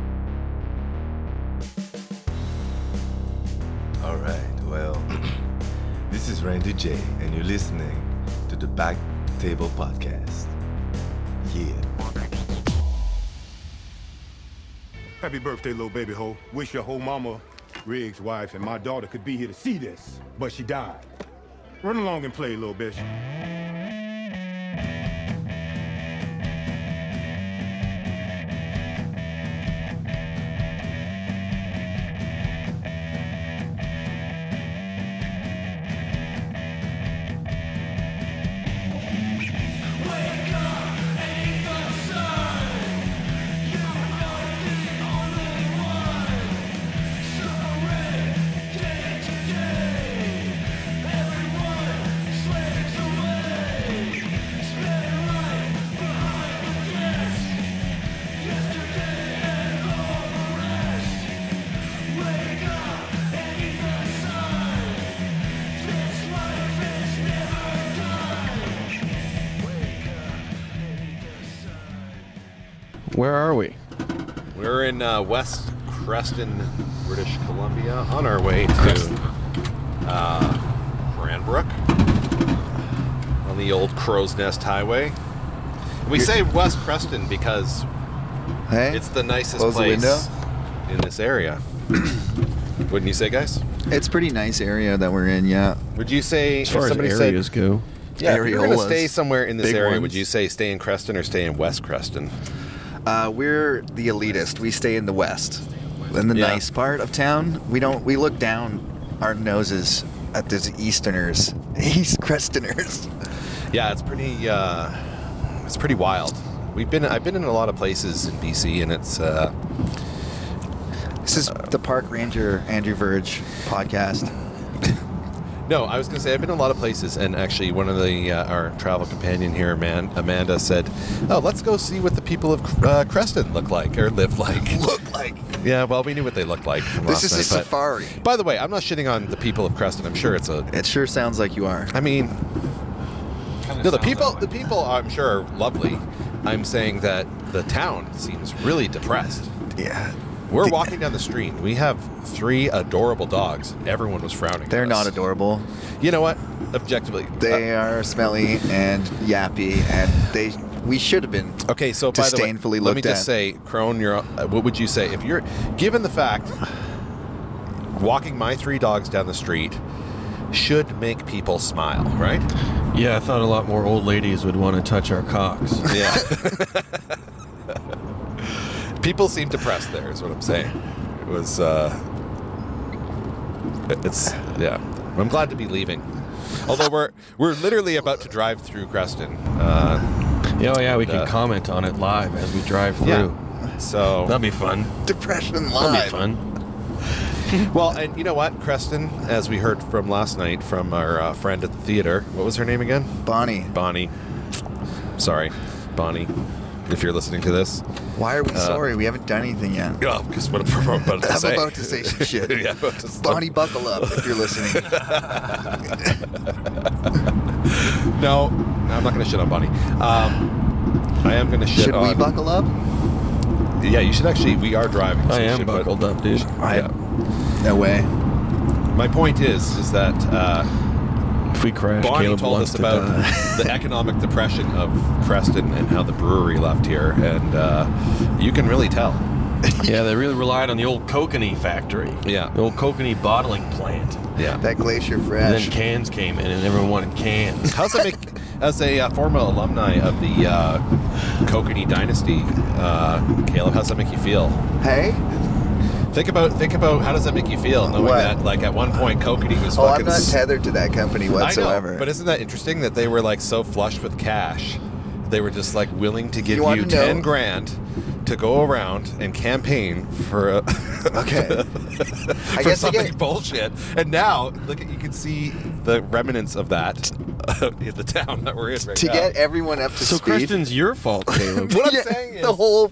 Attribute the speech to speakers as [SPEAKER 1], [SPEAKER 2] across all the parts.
[SPEAKER 1] This is Randy J, and you're listening to the Back Table Podcast. Yeah.
[SPEAKER 2] Happy birthday, little baby ho. Wish your whole mama, Riggs' wife, and my daughter could be here to see this, but she died. Run along and play, little bitch.
[SPEAKER 3] Where are we?
[SPEAKER 4] We're in uh, West Creston, British Columbia, on our way to uh, Cranbrook on the old Crow's Nest Highway. We say West Creston because
[SPEAKER 1] Hey,
[SPEAKER 4] it's the nicest
[SPEAKER 1] Close the
[SPEAKER 4] place
[SPEAKER 1] window.
[SPEAKER 4] in this area. Wouldn't you say, guys?
[SPEAKER 5] It's pretty nice area that we're in, yeah.
[SPEAKER 4] Would you say
[SPEAKER 3] As far
[SPEAKER 4] if
[SPEAKER 3] as
[SPEAKER 4] somebody
[SPEAKER 3] areas
[SPEAKER 4] said,
[SPEAKER 3] go,
[SPEAKER 4] yeah, if you're gonna
[SPEAKER 5] areolas,
[SPEAKER 4] stay somewhere in this
[SPEAKER 5] big
[SPEAKER 4] area, would
[SPEAKER 5] ones.
[SPEAKER 4] you say stay in Creston or stay in West Creston?
[SPEAKER 5] Uh, we're the elitist. We stay in the west, in the
[SPEAKER 4] Yeah.
[SPEAKER 5] nice part of town. We don't. We look down our noses at these Easterners, East Crestoners.
[SPEAKER 4] Yeah, it's pretty. Uh, it's pretty wild. We've been. I've been in a lot of places in BC, and it's. Uh,
[SPEAKER 5] This is the Park Ranger Andrew Verge podcast.
[SPEAKER 4] no, I was gonna say I've been in a lot of places, and actually, one of the uh, our travel companion here, Man, Amanda, said, "Oh, let's go see what the people of uh, Creston look like or live like."
[SPEAKER 5] Look like
[SPEAKER 4] yeah, well, we knew what they looked like. From last
[SPEAKER 5] this is
[SPEAKER 4] night,
[SPEAKER 5] a
[SPEAKER 4] but-
[SPEAKER 5] safari.
[SPEAKER 4] By the way, I'm not shitting on the people of Creston. I'm sure it's a.
[SPEAKER 5] It sure sounds like you are.
[SPEAKER 4] I mean, no, the people. The people, I'm sure, are lovely. I'm saying that the town seems really depressed.
[SPEAKER 5] Yeah,
[SPEAKER 4] We're
[SPEAKER 5] The-
[SPEAKER 4] walking down the street. We have three adorable dogs. Everyone was frowning. at
[SPEAKER 5] They're
[SPEAKER 4] us.
[SPEAKER 5] not adorable.
[SPEAKER 4] You know what? Objectively, Uh,
[SPEAKER 5] They are smelly and yappy, and they. We should have been.
[SPEAKER 4] uh, okay. So by
[SPEAKER 5] disdainfully
[SPEAKER 4] the way, let me
[SPEAKER 5] looked
[SPEAKER 4] just
[SPEAKER 5] at.
[SPEAKER 4] say, Crone, you're. Uh, what would you say if you're given the fact walking my three dogs down the street should make people smile, right?
[SPEAKER 3] yeah, I thought a lot more old ladies would want to touch our cocks.
[SPEAKER 4] Yeah. people seem depressed. There is what I'm saying. It was. uh It's yeah. I'm glad to be leaving. Although we're we're literally about to drive through Creston. Uh,
[SPEAKER 3] Yeah, oh yeah, we can
[SPEAKER 4] Uh,
[SPEAKER 3] comment on it live as we drive through.
[SPEAKER 4] yeah. So
[SPEAKER 3] That'd be fun.
[SPEAKER 5] Depression
[SPEAKER 3] That'd be
[SPEAKER 5] live.
[SPEAKER 3] fun.
[SPEAKER 4] Well, and you know what, Creston, as we heard from last night from our uh, friend at the theater, what was her name again?
[SPEAKER 5] Bonnie,
[SPEAKER 4] Bonnie. Sorry, Bonnie, if you're listening to this.
[SPEAKER 5] why are we sorry? We haven't done anything yet.
[SPEAKER 4] Oh, because what I'm about to
[SPEAKER 5] I'm
[SPEAKER 4] say.
[SPEAKER 5] about to say some shit.
[SPEAKER 4] yeah, about to
[SPEAKER 5] Bonnie, buckle up if you're listening.
[SPEAKER 4] No, no, I'm not going to shit on Bonnie. Um, I am going to shit
[SPEAKER 5] Should
[SPEAKER 4] on.
[SPEAKER 5] we buckle up?
[SPEAKER 4] Yeah, you should actually. We are driving. so
[SPEAKER 3] I
[SPEAKER 4] you
[SPEAKER 3] am
[SPEAKER 4] should put-
[SPEAKER 3] buckled up, dude.
[SPEAKER 5] I-
[SPEAKER 4] yeah.
[SPEAKER 5] No way.
[SPEAKER 4] My point is, is that uh,
[SPEAKER 3] If we crash,
[SPEAKER 4] Bonnie
[SPEAKER 3] Caleb
[SPEAKER 4] told
[SPEAKER 3] wants
[SPEAKER 4] us
[SPEAKER 3] to
[SPEAKER 4] about
[SPEAKER 3] die.
[SPEAKER 4] the economic depression of Creston and how the brewery left here, and uh, you can really tell.
[SPEAKER 3] yeah, they really relied on the old kokanee factory.
[SPEAKER 4] Yeah.
[SPEAKER 3] The old kokanee bottling plant.
[SPEAKER 4] Yeah.
[SPEAKER 5] That glacier
[SPEAKER 3] And
[SPEAKER 5] fresh.
[SPEAKER 3] then cans came in, and everyone wanted cans.
[SPEAKER 4] How's that make? As a uh, former alumni of the uh, Kokanee dynasty, uh, Caleb, how's that make you feel?
[SPEAKER 5] hey?
[SPEAKER 4] Think about think about how does that make you feel knowing
[SPEAKER 5] What?
[SPEAKER 4] that like at one point Kokanee was
[SPEAKER 5] Oh, I'm
[SPEAKER 4] fucking.
[SPEAKER 5] not
[SPEAKER 4] s-
[SPEAKER 5] tethered to that company
[SPEAKER 4] I
[SPEAKER 5] whatsoever.
[SPEAKER 4] know, but isn't that interesting that they were like so flushed with cash, they were just like willing to give
[SPEAKER 5] You wanna
[SPEAKER 4] you, ten
[SPEAKER 5] know-
[SPEAKER 4] grand to go around and campaign for a
[SPEAKER 5] okay.
[SPEAKER 4] for
[SPEAKER 5] I guess I
[SPEAKER 4] something
[SPEAKER 5] get.
[SPEAKER 4] bullshit. And now look at you can see the remnants of that in the town that we're in right
[SPEAKER 5] To
[SPEAKER 4] now.
[SPEAKER 5] get everyone up to
[SPEAKER 3] so,
[SPEAKER 5] speed.
[SPEAKER 3] Kristen's your fault, Caleb.
[SPEAKER 4] What I'm
[SPEAKER 5] Yeah,
[SPEAKER 4] saying is,
[SPEAKER 5] the whole.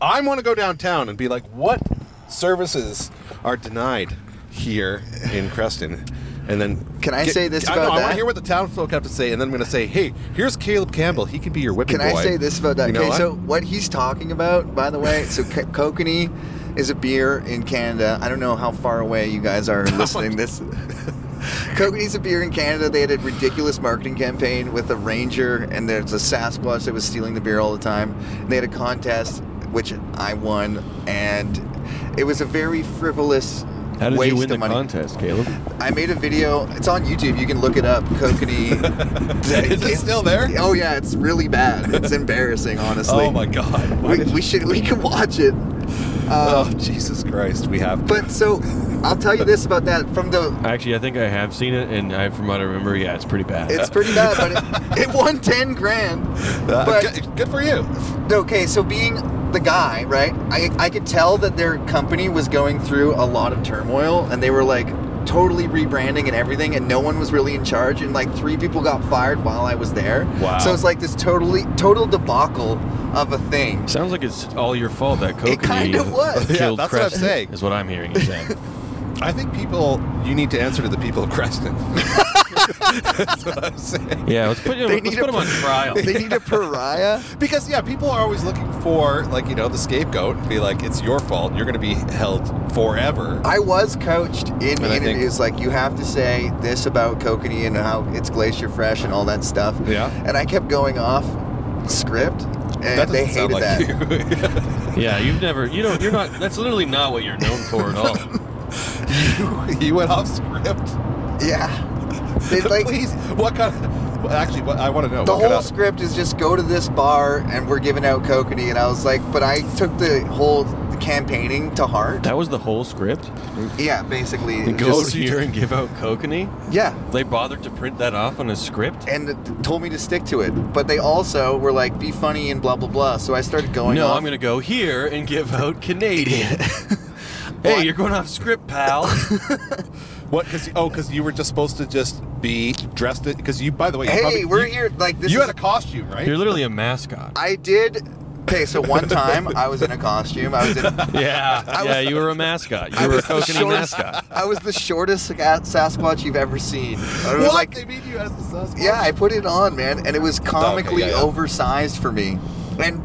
[SPEAKER 4] I want to go downtown and be like, what services are denied here in Creston? And then
[SPEAKER 5] Can I say this
[SPEAKER 4] I, know,
[SPEAKER 5] about
[SPEAKER 4] I want
[SPEAKER 5] that?
[SPEAKER 4] to hear what the townsfolk have to say, and then I'm going to say, hey, here's Caleb Campbell. He can be your whipping
[SPEAKER 5] Can
[SPEAKER 4] boy.
[SPEAKER 5] I say this about that?
[SPEAKER 4] You know
[SPEAKER 5] okay,
[SPEAKER 4] what?
[SPEAKER 5] so what he's talking about, by the way, so co- kokanee is a beer in Canada. I don't know how far away you guys are listening this. Coke needs a beer in Canada. They had a ridiculous marketing campaign with a ranger, and there's a Sasquatch that was stealing the beer all the time. And they had a contest, which I won, and it was a very frivolous.
[SPEAKER 3] How did
[SPEAKER 5] waste
[SPEAKER 3] you win the
[SPEAKER 5] of money.
[SPEAKER 3] contest, Caleb?
[SPEAKER 5] I made a video. It's on YouTube. You can look it up. Kokanee.
[SPEAKER 4] Is it still there?
[SPEAKER 5] Oh yeah, it's really bad. It's embarrassing, honestly.
[SPEAKER 4] Oh my God! Why
[SPEAKER 5] We,
[SPEAKER 4] did-
[SPEAKER 5] we should we can watch it.
[SPEAKER 4] oh
[SPEAKER 5] Uh,
[SPEAKER 4] Jesus Christ! We have. uh,
[SPEAKER 5] But so, I'll tell you this about that. From the
[SPEAKER 3] Actually, I think I have seen it, and I, from what I remember, yeah, it's pretty bad.
[SPEAKER 5] It's pretty bad, but it, it won 10 grand.
[SPEAKER 4] Uh,
[SPEAKER 5] But,
[SPEAKER 4] good, good for you.
[SPEAKER 5] okay, so being the guy, right, I, I could tell that their company was going through a lot of turmoil and they were like totally rebranding and everything, and no one was really in charge, and like three people got fired while I was there.
[SPEAKER 3] Wow.
[SPEAKER 5] So it's like this totally, total debacle of a thing.
[SPEAKER 3] Sounds like it's all your fault that Coke
[SPEAKER 5] kinda was.
[SPEAKER 4] Yeah,
[SPEAKER 3] killed
[SPEAKER 4] that's what I'm
[SPEAKER 3] Creston,
[SPEAKER 4] saying.
[SPEAKER 3] Is what I'm hearing you saying.
[SPEAKER 4] I think people, you need to answer to the people of Creston. That's what I'm saying.
[SPEAKER 3] yeah, let's put him,
[SPEAKER 5] They
[SPEAKER 3] let's
[SPEAKER 5] need
[SPEAKER 3] put
[SPEAKER 5] a-
[SPEAKER 3] him on trial.
[SPEAKER 5] They need a pariah.
[SPEAKER 4] Because yeah, people are always looking for like you know the scapegoat and be like, it's your fault. You're going to be held forever.
[SPEAKER 5] I was coached in
[SPEAKER 4] And I think-
[SPEAKER 5] interviews like you have to say this about kokanee and how it's glacier fresh and all that stuff.
[SPEAKER 4] Yeah.
[SPEAKER 5] And I kept going off script, and
[SPEAKER 4] that doesn't
[SPEAKER 5] they
[SPEAKER 4] sound
[SPEAKER 5] hated
[SPEAKER 4] like
[SPEAKER 5] that.
[SPEAKER 4] you.
[SPEAKER 3] yeah, you've never, you don't, you're not. That's literally not what you're known for at all.
[SPEAKER 4] He went off script.
[SPEAKER 5] Yeah. They like
[SPEAKER 4] Please, what kind? Of, well, actually, what I want to know
[SPEAKER 5] the
[SPEAKER 4] what kind
[SPEAKER 5] whole
[SPEAKER 4] of-
[SPEAKER 5] script is just go to this bar and we're giving out kokanee, and I was like, but I took the whole campaigning to heart.
[SPEAKER 3] That was the whole script.
[SPEAKER 5] Yeah, basically. it
[SPEAKER 3] Go
[SPEAKER 5] just-
[SPEAKER 3] here and give out kokanee.
[SPEAKER 5] yeah.
[SPEAKER 3] They bothered to print that off on a script.
[SPEAKER 5] And it told me to stick to it, but they also were like, "Be funny" and blah blah blah. So Oh, I started going.
[SPEAKER 3] No,
[SPEAKER 5] off.
[SPEAKER 3] I'm going to go here and give out Canadian. hey, you're going off script, pal.
[SPEAKER 4] What? Cause, oh, because you were just supposed to just be dressed because you. By the way, you
[SPEAKER 5] Hey,
[SPEAKER 4] probably-
[SPEAKER 5] we're
[SPEAKER 4] you-
[SPEAKER 5] here. Like this.
[SPEAKER 4] you
[SPEAKER 5] is
[SPEAKER 4] had a costume, right?
[SPEAKER 3] you're literally a mascot.
[SPEAKER 5] I did. Okay, so one time I was in a costume. I was in.
[SPEAKER 3] Yeah, yeah, you were a mascot. You were a
[SPEAKER 5] the
[SPEAKER 3] kokanee
[SPEAKER 5] shortest-
[SPEAKER 3] mascot.
[SPEAKER 5] I was the shortest Sa- Sasquatch you've ever seen. I was
[SPEAKER 4] what?
[SPEAKER 5] like,
[SPEAKER 4] they made you as the Sasquatch?
[SPEAKER 5] yeah, I put it on, man, and it was comically
[SPEAKER 4] yeah, yeah.
[SPEAKER 5] oversized for me. And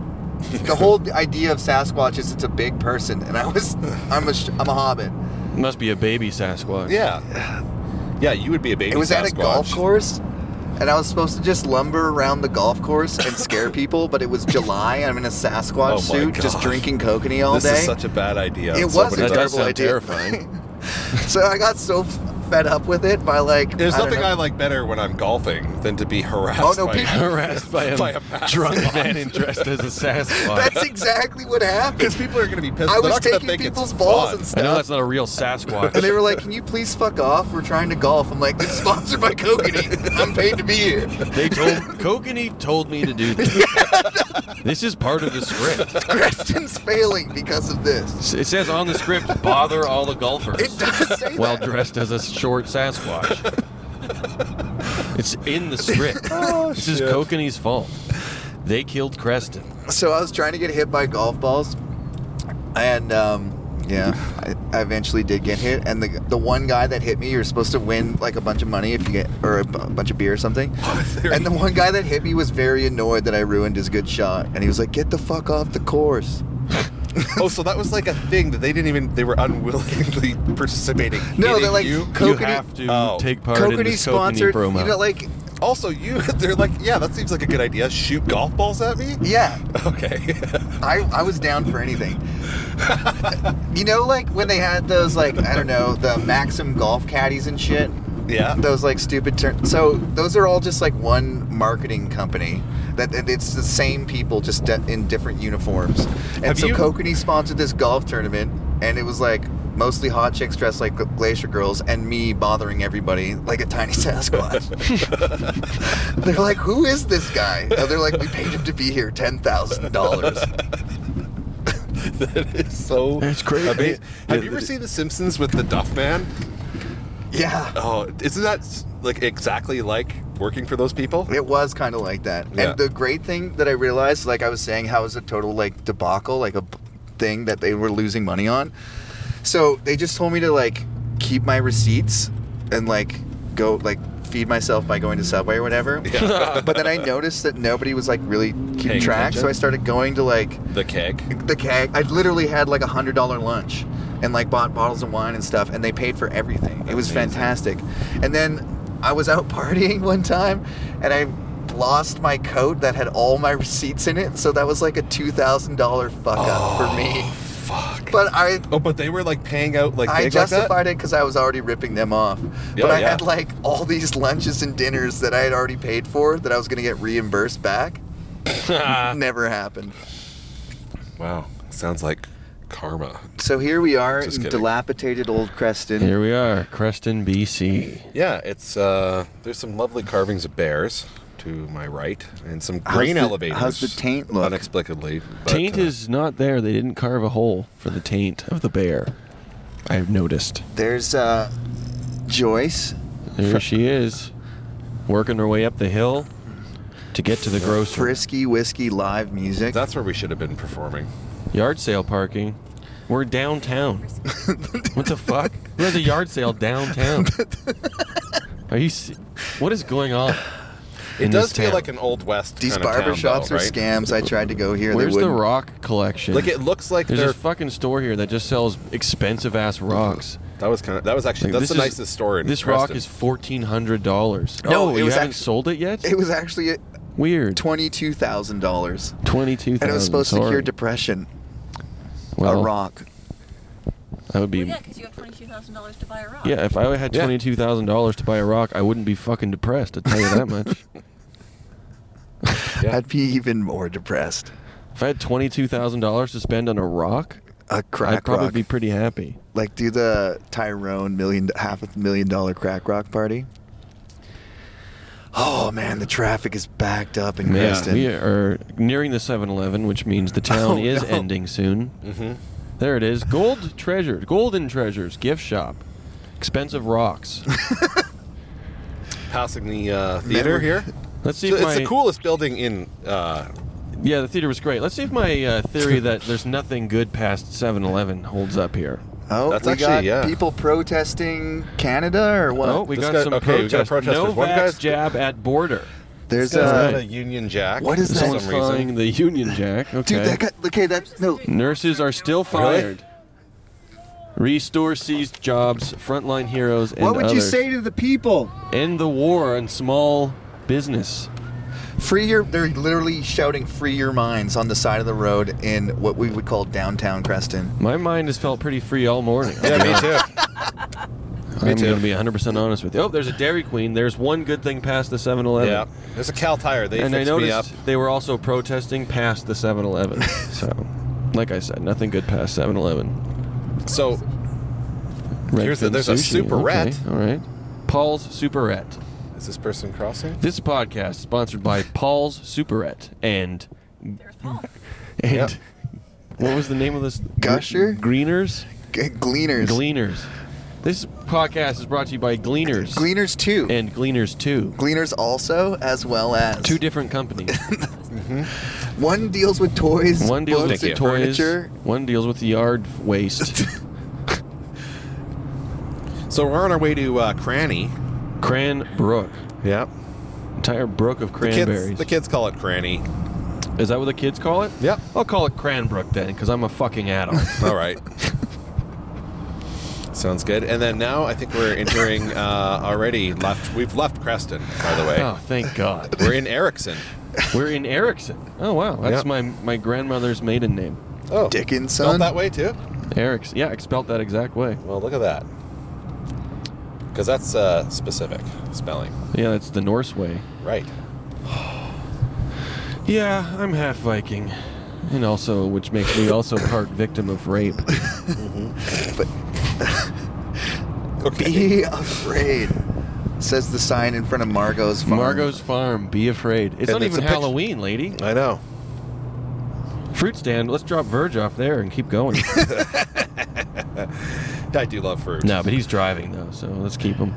[SPEAKER 5] the whole idea of Sasquatch is it's a big person, and I was, I'm a, sh- I'm a hobbit.
[SPEAKER 3] Must be a baby Sasquatch.
[SPEAKER 4] Yeah. Yeah, you would be a baby.
[SPEAKER 5] It was at a
[SPEAKER 4] Sasquatch.
[SPEAKER 5] golf course. And I was supposed to just lumber around the golf course and scare people, but it was July. I'm in a Sasquatch
[SPEAKER 4] Oh my
[SPEAKER 5] suit, just
[SPEAKER 4] gosh.
[SPEAKER 5] drinking kokanee all
[SPEAKER 4] This
[SPEAKER 5] day.
[SPEAKER 4] is such a bad idea.
[SPEAKER 5] It
[SPEAKER 4] Somebody
[SPEAKER 5] was a
[SPEAKER 3] That
[SPEAKER 4] does-
[SPEAKER 3] does
[SPEAKER 5] terrible
[SPEAKER 3] sound
[SPEAKER 5] idea.
[SPEAKER 3] terrifying.
[SPEAKER 5] So I got so f- fed up with it by like.
[SPEAKER 4] There's
[SPEAKER 5] I don't
[SPEAKER 4] nothing
[SPEAKER 5] know.
[SPEAKER 4] I like better when I'm golfing than to be harassed.
[SPEAKER 5] Oh, no,
[SPEAKER 4] by
[SPEAKER 5] people-
[SPEAKER 3] Harassed by a,
[SPEAKER 4] By a mascot.
[SPEAKER 3] drunk man and dressed as a Sasquatch.
[SPEAKER 5] That's exactly what happened.
[SPEAKER 4] because people are going to be pissed.
[SPEAKER 5] I
[SPEAKER 4] They're
[SPEAKER 5] was
[SPEAKER 4] not gonna
[SPEAKER 5] taking
[SPEAKER 4] think it's
[SPEAKER 5] people's balls
[SPEAKER 4] fun.
[SPEAKER 3] I
[SPEAKER 5] and
[SPEAKER 3] know
[SPEAKER 5] stuff,
[SPEAKER 3] that's not a real Sasquatch.
[SPEAKER 5] and they were like, "Can you please fuck off? We're trying to golf." I'm like, "It's sponsored by Kokanee. I'm paid to be here."
[SPEAKER 3] They told Kokanee told me to do this. this is part of the script.
[SPEAKER 5] Creston's failing because of this.
[SPEAKER 3] It says on the script, bother all the golfers
[SPEAKER 5] It does say
[SPEAKER 3] while
[SPEAKER 5] that.
[SPEAKER 3] dressed as a short Sasquatch. it's in the script.
[SPEAKER 5] Oh,
[SPEAKER 3] this is Kokanee's fault. They killed Creston.
[SPEAKER 5] So I was trying to get hit by golf balls, and um, yeah, I, I eventually did get hit. And the the one guy that hit me, you're supposed to win like a bunch of money if you get or a bu- bunch of beer or something. and the one guy that hit me was very annoyed that I ruined his good shot, and he was like, "Get the fuck off the course."
[SPEAKER 4] oh, so that was like a thing that they didn't even. They were unwillingly participating.
[SPEAKER 5] No,
[SPEAKER 4] hitting
[SPEAKER 5] they're like
[SPEAKER 4] you.
[SPEAKER 5] Kokanee-
[SPEAKER 3] you have to
[SPEAKER 4] Oh.
[SPEAKER 3] take part in
[SPEAKER 5] Kokanee
[SPEAKER 3] this
[SPEAKER 5] sponsored,
[SPEAKER 3] Kokanee promo.
[SPEAKER 5] you know, like
[SPEAKER 4] Also, you. They're like, yeah, that seems like a good idea. Shoot golf balls at me.
[SPEAKER 5] yeah,
[SPEAKER 4] Okay.
[SPEAKER 5] I I was down for anything. you know, like when they had those like I don't know the Maxim golf caddies and shit.
[SPEAKER 4] yeah.
[SPEAKER 5] those like stupid turn. So those are all just like one marketing company. That that it's the same people just de- in different uniforms. And
[SPEAKER 4] Have
[SPEAKER 5] so
[SPEAKER 4] you-
[SPEAKER 5] Kokanee sponsored this golf tournament, and it was like mostly hot chicks dressed like glacier girls, and me bothering everybody like a tiny Sasquatch. they're like, "Who is this guy?" And they're like, "We paid him to be here, ten thousand dollars."
[SPEAKER 4] that is so.
[SPEAKER 3] That's crazy.
[SPEAKER 4] amazing. Have
[SPEAKER 3] Yeah,
[SPEAKER 4] you ever
[SPEAKER 3] the-
[SPEAKER 4] seen The Simpsons with the Duff Man?
[SPEAKER 5] Yeah.
[SPEAKER 4] Oh, isn't that s- like exactly like working for those people?
[SPEAKER 5] It was kind of like that.
[SPEAKER 4] Yeah.
[SPEAKER 5] And the great thing that I realized, like I was saying, how it was a total like debacle, like a b- thing that they were losing money on. So they just told me to like keep my receipts and like go like feed myself by going to Subway or whatever. but then I noticed that nobody was like really keeping
[SPEAKER 4] Paying
[SPEAKER 5] track, so
[SPEAKER 4] attention?
[SPEAKER 5] I started going to like
[SPEAKER 4] The keg.
[SPEAKER 5] the keg. I literally had like a hundred dollar lunch. and like bought bottles of wine and stuff, and they paid for everything. it was
[SPEAKER 4] amazing.
[SPEAKER 5] fantastic. And then I was out partying one time, and I lost my coat that had all my receipts in it, so that was like a two thousand dollar fuck up for me. Fuck. But I
[SPEAKER 4] Oh, but they were like paying out Oh. like
[SPEAKER 5] I
[SPEAKER 4] big like that?
[SPEAKER 5] justified it because I was already ripping them off.
[SPEAKER 4] Yeah,
[SPEAKER 5] but I
[SPEAKER 4] yeah.
[SPEAKER 5] had like all these lunches and dinners that I had already paid for that I was going to get reimbursed back. Never happened.
[SPEAKER 4] Wow, sounds like karma.
[SPEAKER 5] So here we are
[SPEAKER 4] Just
[SPEAKER 5] in
[SPEAKER 4] kidding.
[SPEAKER 5] dilapidated old Creston.
[SPEAKER 3] Here we are, Creston, BC.
[SPEAKER 4] Yeah, it's uh, there's some lovely carvings of bears to my right, and some
[SPEAKER 5] How's
[SPEAKER 4] grain
[SPEAKER 5] the-
[SPEAKER 4] elevators.
[SPEAKER 5] how's the taint look?
[SPEAKER 4] Unexplicably, but,
[SPEAKER 3] Taint
[SPEAKER 4] uh,
[SPEAKER 3] is not there. They didn't carve a hole for the taint of the bear. I've noticed.
[SPEAKER 5] There's uh, Joyce.
[SPEAKER 3] There she is, working her way up the hill to get to the grocery.
[SPEAKER 5] Frisky Whiskey live music.
[SPEAKER 4] That's where we should have been performing.
[SPEAKER 3] Yard sale parking. We're downtown. what the fuck? Who has a yard sale downtown? Are you? se- What is going on?
[SPEAKER 4] It
[SPEAKER 3] in
[SPEAKER 4] does
[SPEAKER 3] this
[SPEAKER 4] feel
[SPEAKER 3] town?
[SPEAKER 4] like an old west.
[SPEAKER 5] These
[SPEAKER 4] kind of town,
[SPEAKER 5] barbershops
[SPEAKER 4] though,
[SPEAKER 5] are
[SPEAKER 4] right?
[SPEAKER 5] scams. I tried to go here.
[SPEAKER 3] Where's
[SPEAKER 5] they
[SPEAKER 3] the
[SPEAKER 5] wouldn't.
[SPEAKER 3] rock collection?
[SPEAKER 4] Like it looks like
[SPEAKER 3] There's
[SPEAKER 4] they're.
[SPEAKER 3] this fucking store here that just sells expensive ass rocks.
[SPEAKER 4] that was kind of. That was actually.
[SPEAKER 3] Like,
[SPEAKER 4] that's
[SPEAKER 3] this
[SPEAKER 4] the
[SPEAKER 3] is-
[SPEAKER 4] nicest store in
[SPEAKER 3] This rock
[SPEAKER 4] Creston.
[SPEAKER 3] is fourteen hundred dollars.
[SPEAKER 5] No,
[SPEAKER 3] oh,
[SPEAKER 5] it
[SPEAKER 3] you
[SPEAKER 5] was
[SPEAKER 3] haven't
[SPEAKER 5] actu-
[SPEAKER 3] sold it yet.
[SPEAKER 5] It was actually
[SPEAKER 3] Weird.
[SPEAKER 5] twenty-two thousand dollars,
[SPEAKER 3] Twenty two thousand.
[SPEAKER 5] and it was supposed to cure depression.
[SPEAKER 3] well,
[SPEAKER 5] a rock.
[SPEAKER 3] That would be.
[SPEAKER 6] Well, yeah, because you have twenty-two thousand dollars to buy a rock.
[SPEAKER 3] Yeah, if I had
[SPEAKER 4] Yeah.
[SPEAKER 3] twenty two thousand dollars to buy a rock, I wouldn't be fucking depressed. I tell you that much.
[SPEAKER 4] Yeah.
[SPEAKER 5] I'd be even more depressed.
[SPEAKER 3] if I had twenty two thousand dollars to spend on a rock,
[SPEAKER 5] A crack
[SPEAKER 3] I'd probably
[SPEAKER 5] rock.
[SPEAKER 3] be pretty happy.
[SPEAKER 5] like do the Tyrone million half a million dollar crack rock party. Oh man, the traffic is backed up in
[SPEAKER 3] Man,
[SPEAKER 5] Creston.
[SPEAKER 3] we are nearing the 7-Eleven, which means the town
[SPEAKER 5] Oh,
[SPEAKER 3] is ending soon. Mm-hmm. There it is, gold treasure, golden treasures gift shop, expensive rocks.
[SPEAKER 4] passing the uh, theater
[SPEAKER 5] Memory-
[SPEAKER 4] here.
[SPEAKER 3] Let's see
[SPEAKER 4] So
[SPEAKER 3] if
[SPEAKER 4] it's
[SPEAKER 3] my
[SPEAKER 4] the coolest building in. Uh,
[SPEAKER 3] yeah, the theater was great. Let's see if my uh, theory that there's nothing good past 7-Eleven holds up here.
[SPEAKER 5] oh,
[SPEAKER 4] That's
[SPEAKER 5] we
[SPEAKER 4] actually-
[SPEAKER 5] got
[SPEAKER 4] yeah.
[SPEAKER 5] people protesting Canada or what?
[SPEAKER 3] oh, we
[SPEAKER 4] this
[SPEAKER 3] got
[SPEAKER 4] guy-
[SPEAKER 3] some
[SPEAKER 4] okay, we
[SPEAKER 3] protest-
[SPEAKER 4] got protesters.
[SPEAKER 3] No
[SPEAKER 4] One guy's-
[SPEAKER 3] vax jab at border.
[SPEAKER 5] There's
[SPEAKER 4] it's
[SPEAKER 5] uh,
[SPEAKER 4] got a Union Jack.
[SPEAKER 5] What is
[SPEAKER 4] for
[SPEAKER 5] that?
[SPEAKER 4] some
[SPEAKER 3] Someone's
[SPEAKER 4] reason.
[SPEAKER 3] flying the Union Jack. Okay.
[SPEAKER 5] dude that guy. Okay, that no.
[SPEAKER 3] Nurses are still
[SPEAKER 4] Really?
[SPEAKER 3] fired. Restore seized jobs, frontline heroes, and
[SPEAKER 5] What would you
[SPEAKER 3] others.
[SPEAKER 5] say to the people?
[SPEAKER 3] End the war on small business.
[SPEAKER 5] Free your. They're literally shouting "Free your minds" on the side of the road in what we would call downtown Creston.
[SPEAKER 3] My mind has felt pretty free all morning.
[SPEAKER 4] Yeah, me too.
[SPEAKER 3] I'm
[SPEAKER 4] too.
[SPEAKER 3] going to be 100% honest with you. Oh, there's a Dairy Queen. There's one good thing past the 7 Eleven.
[SPEAKER 4] yeah, there's a Cal Tire. They
[SPEAKER 3] And I
[SPEAKER 4] fixed me up.
[SPEAKER 3] noticed they were also protesting past the 7 Eleven. so, like I said, nothing good past 7 Eleven.
[SPEAKER 4] So Here's the- there's a Superette.
[SPEAKER 3] All right. Paul's Superette.
[SPEAKER 4] is this person crossing?
[SPEAKER 3] This podcast is sponsored by Paul's Superette and
[SPEAKER 6] There's Paul.
[SPEAKER 3] and
[SPEAKER 4] Yep.
[SPEAKER 3] what was the name of this?
[SPEAKER 5] Gusher?
[SPEAKER 3] Greeners?
[SPEAKER 5] G- Gleaners.
[SPEAKER 3] Gleaners. This podcast is brought to you by Gleaners
[SPEAKER 5] Gleaners too.
[SPEAKER 3] and Gleaners 2.
[SPEAKER 5] Gleaners also, as well as
[SPEAKER 3] Two different companies.
[SPEAKER 5] one deals with toys,
[SPEAKER 3] One deals
[SPEAKER 5] books,
[SPEAKER 3] with the
[SPEAKER 5] and
[SPEAKER 3] toys.
[SPEAKER 5] furniture.
[SPEAKER 3] One deals with the yard waste.
[SPEAKER 4] So we're on our way to uh, Cranny.
[SPEAKER 3] Cran Brook.
[SPEAKER 4] Yeah.
[SPEAKER 3] Entire brook of
[SPEAKER 4] The
[SPEAKER 3] cranberries.
[SPEAKER 4] kids, the kids call it Cranny.
[SPEAKER 3] Is that what the kids call it?
[SPEAKER 4] Yep.
[SPEAKER 3] I'll call it Cranbrook then, because I'm a fucking adult.
[SPEAKER 4] All right. Sounds good. And then now I think we're entering uh, already left. We've left Creston, by the way.
[SPEAKER 3] oh, thank God.
[SPEAKER 4] We're in Erickson.
[SPEAKER 3] We're in Erickson. Oh wow, that's
[SPEAKER 4] Yep.
[SPEAKER 3] my my grandmother's maiden name.
[SPEAKER 4] Oh,
[SPEAKER 5] Dickinson.
[SPEAKER 4] Spelled that way too.
[SPEAKER 3] Eric's. Yeah, it's spelled that exact way.
[SPEAKER 4] Well, look at that. Because that's uh, specific spelling,
[SPEAKER 3] Yeah, that's the Norse way.
[SPEAKER 4] right?
[SPEAKER 3] Yeah, I'm half Viking, and also which makes me also part victim of rape.
[SPEAKER 4] Okay.
[SPEAKER 5] Be afraid, says the sign in front of Margot's farm.
[SPEAKER 3] Margot's farm. Be afraid. It's
[SPEAKER 4] And
[SPEAKER 3] not
[SPEAKER 4] it's a
[SPEAKER 3] even
[SPEAKER 4] pic-
[SPEAKER 3] Halloween, lady.
[SPEAKER 4] I know.
[SPEAKER 3] Fruit stand. Let's drop Verge off there and keep going.
[SPEAKER 4] I do love fruit.
[SPEAKER 3] no, but he's driving though, so let's keep him.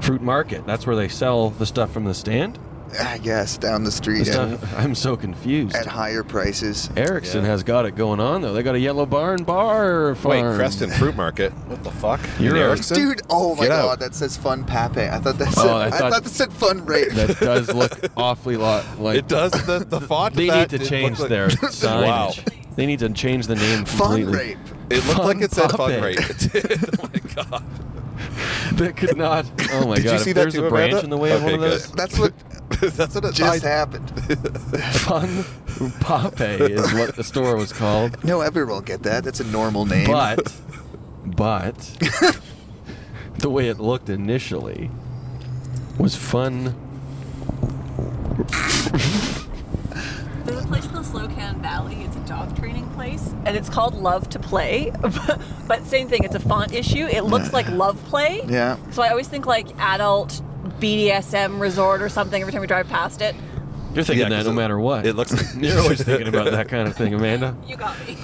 [SPEAKER 3] Fruit market. That's where they sell the stuff from the stand.
[SPEAKER 5] I guess down the
[SPEAKER 3] The
[SPEAKER 5] street at,
[SPEAKER 3] stuff- I'm so confused.
[SPEAKER 5] at higher prices.
[SPEAKER 3] Erickson
[SPEAKER 4] Yeah.
[SPEAKER 3] has got it going on though. They got a yellow barn bar
[SPEAKER 4] Wait,
[SPEAKER 3] farm.
[SPEAKER 4] Creston Fruit Market. What the fuck?
[SPEAKER 3] You're
[SPEAKER 4] in
[SPEAKER 3] a-
[SPEAKER 4] Erickson,
[SPEAKER 5] Dude, oh my
[SPEAKER 4] Get out.
[SPEAKER 5] god, that says fun pape. I thought that said,
[SPEAKER 3] Oh, I
[SPEAKER 5] I,
[SPEAKER 3] thought-
[SPEAKER 5] thought, that said fun rape.
[SPEAKER 3] That does look awfully lot like
[SPEAKER 4] It does the the font. of
[SPEAKER 3] They
[SPEAKER 4] that
[SPEAKER 3] need to
[SPEAKER 4] did
[SPEAKER 3] change
[SPEAKER 4] look
[SPEAKER 3] their
[SPEAKER 4] like-
[SPEAKER 3] signage.
[SPEAKER 6] Please.
[SPEAKER 3] They need to change the name
[SPEAKER 5] Fun
[SPEAKER 3] completely.
[SPEAKER 5] rape.
[SPEAKER 4] It looked
[SPEAKER 3] Fun
[SPEAKER 4] like it said fun
[SPEAKER 3] puppet.
[SPEAKER 4] rape. oh my god.
[SPEAKER 3] That could not. Oh my
[SPEAKER 4] Did
[SPEAKER 3] god!
[SPEAKER 4] you see
[SPEAKER 3] if
[SPEAKER 4] that
[SPEAKER 3] there's
[SPEAKER 4] too,
[SPEAKER 3] a branch
[SPEAKER 4] Amanda?
[SPEAKER 3] in the way of one
[SPEAKER 4] Okay,
[SPEAKER 3] of those,
[SPEAKER 4] good.
[SPEAKER 5] That's what
[SPEAKER 4] That's what it
[SPEAKER 5] just
[SPEAKER 4] I-
[SPEAKER 5] happened.
[SPEAKER 3] Fun Pape is what the store was called.
[SPEAKER 5] No, everyone will get that. That's a normal name.
[SPEAKER 3] But, but the way it looked initially was fun.
[SPEAKER 6] There's a place in the Slocan Valley. It's a dog training place, and it's called Love to Play. but same thing. It's a font issue. It looks like Love Play.
[SPEAKER 5] Yeah.
[SPEAKER 6] So I always think like adult BDSM resort or something every time we drive past it.
[SPEAKER 3] You're thinking
[SPEAKER 4] Yeah,
[SPEAKER 3] that
[SPEAKER 4] 'cause
[SPEAKER 3] no
[SPEAKER 4] it-
[SPEAKER 3] matter what.
[SPEAKER 4] it looks like-
[SPEAKER 3] You're always thinking about that kind of thing, Amanda.
[SPEAKER 6] You got me.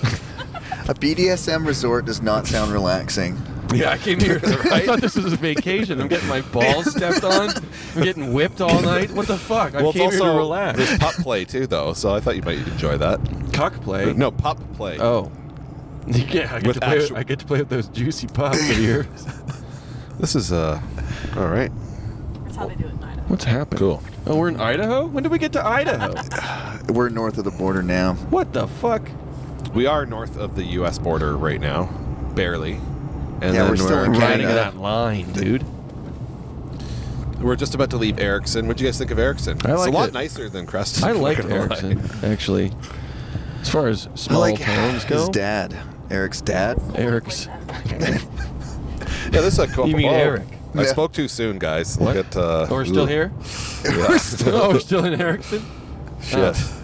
[SPEAKER 5] a BDSM resort does not sound relaxing.
[SPEAKER 3] Yeah, I came here. I thought this was a vacation. I'm getting my balls stepped on. I'm getting whipped all night. What the fuck? I
[SPEAKER 4] Well, it's
[SPEAKER 3] came here
[SPEAKER 4] also
[SPEAKER 3] to relax.
[SPEAKER 4] there's pop play too, though. So I thought you might enjoy that.
[SPEAKER 3] Cock play.
[SPEAKER 4] No, pop play.
[SPEAKER 3] Oh. Yeah, I get,
[SPEAKER 4] With
[SPEAKER 3] to play with,
[SPEAKER 4] actual-
[SPEAKER 3] I get to play with those juicy pops in here.
[SPEAKER 4] This is uh, all right.
[SPEAKER 6] That's how they do it in Idaho.
[SPEAKER 3] What's happened?
[SPEAKER 4] Cool.
[SPEAKER 3] Oh, we're in Idaho? When did we get to Idaho?
[SPEAKER 5] We're north of the border now.
[SPEAKER 3] what the fuck?
[SPEAKER 4] We are north of the U.S. border right now, barely. And
[SPEAKER 5] Yeah,
[SPEAKER 4] then
[SPEAKER 5] we're still in Canada.
[SPEAKER 3] Riding that line, dude.
[SPEAKER 4] We're just about to leave Erickson. What'd you guys think of Erickson?
[SPEAKER 3] I
[SPEAKER 4] it's a
[SPEAKER 3] liked
[SPEAKER 4] lot
[SPEAKER 3] it.
[SPEAKER 4] nicer than Creston.
[SPEAKER 3] I
[SPEAKER 4] I'm not
[SPEAKER 3] liked
[SPEAKER 4] gonna lie.
[SPEAKER 3] Erickson, actually. As far as
[SPEAKER 5] I
[SPEAKER 3] small
[SPEAKER 5] like
[SPEAKER 3] towns go,
[SPEAKER 5] his dad, Eric's dad.
[SPEAKER 3] Eric's.
[SPEAKER 4] Yeah, this is a couple.
[SPEAKER 3] You mean
[SPEAKER 4] oh,
[SPEAKER 3] Eric.
[SPEAKER 4] I
[SPEAKER 5] Yeah.
[SPEAKER 4] spoke too soon, guys.
[SPEAKER 3] What?
[SPEAKER 4] Look at, uh,
[SPEAKER 3] Oh, we're still
[SPEAKER 4] ooh,
[SPEAKER 3] here?
[SPEAKER 4] Yeah.
[SPEAKER 3] oh, we're still in Erickson?
[SPEAKER 4] Shit.
[SPEAKER 3] Ah.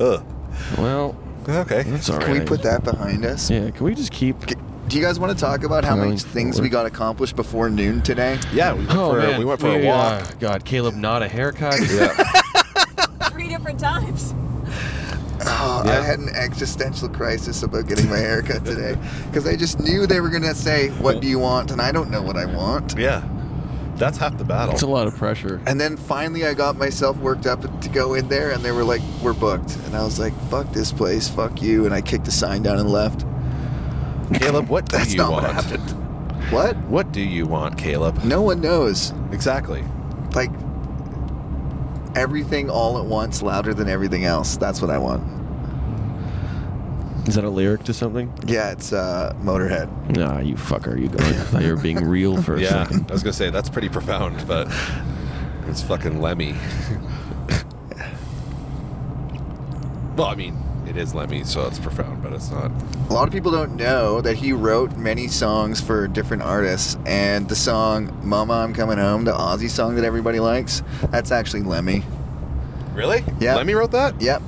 [SPEAKER 4] Ugh.
[SPEAKER 3] Uh, Well,
[SPEAKER 4] Okay.
[SPEAKER 3] that's all right.
[SPEAKER 5] Can we put that behind us?
[SPEAKER 3] Yeah, can we just keep.
[SPEAKER 5] G- Do you guys want to talk about how many
[SPEAKER 3] Going
[SPEAKER 5] things
[SPEAKER 3] forward.
[SPEAKER 5] we got accomplished before noon today?
[SPEAKER 4] Yeah, we went
[SPEAKER 3] Oh,
[SPEAKER 4] for
[SPEAKER 3] man.
[SPEAKER 4] we went for a walk.
[SPEAKER 3] uh, God, Caleb, not a haircut.
[SPEAKER 4] yeah.
[SPEAKER 6] Three different times.
[SPEAKER 5] Oh,
[SPEAKER 4] Yeah.
[SPEAKER 5] I had an existential crisis about getting my hair cut today because I just knew they were going to say, What do you want? And I don't know what I want.
[SPEAKER 4] Yeah. That's half the battle.
[SPEAKER 3] It's a lot of pressure.
[SPEAKER 5] And then finally, I got myself worked up to go in there, and they were like, We're booked. And I was like, Fuck this place, fuck you. And I kicked a sign down and left.
[SPEAKER 4] Caleb, what do
[SPEAKER 5] That's
[SPEAKER 4] you
[SPEAKER 5] not
[SPEAKER 4] want?
[SPEAKER 5] what happened. What?
[SPEAKER 4] What do you want, Caleb?
[SPEAKER 5] No one knows.
[SPEAKER 4] Exactly.
[SPEAKER 5] Like, everything all at once, louder than everything else. That's what I want.
[SPEAKER 3] Is that a lyric to something?
[SPEAKER 5] Yeah, it's uh, Motorhead.
[SPEAKER 3] Nah, you fucker, you going. I thought you were being real for a
[SPEAKER 4] yeah,
[SPEAKER 3] second.
[SPEAKER 4] I was gonna say that's pretty profound, but it's fucking Lemmy. well, I mean, it is Lemmy, so it's profound, but it's not.
[SPEAKER 5] A lot of people don't know that he wrote many songs for different artists, and the song "Mama, I'm Coming Home," the Aussie song that everybody likes, that's actually Lemmy.
[SPEAKER 4] Really?
[SPEAKER 5] Yeah.
[SPEAKER 4] Lemmy wrote that?
[SPEAKER 5] Yep,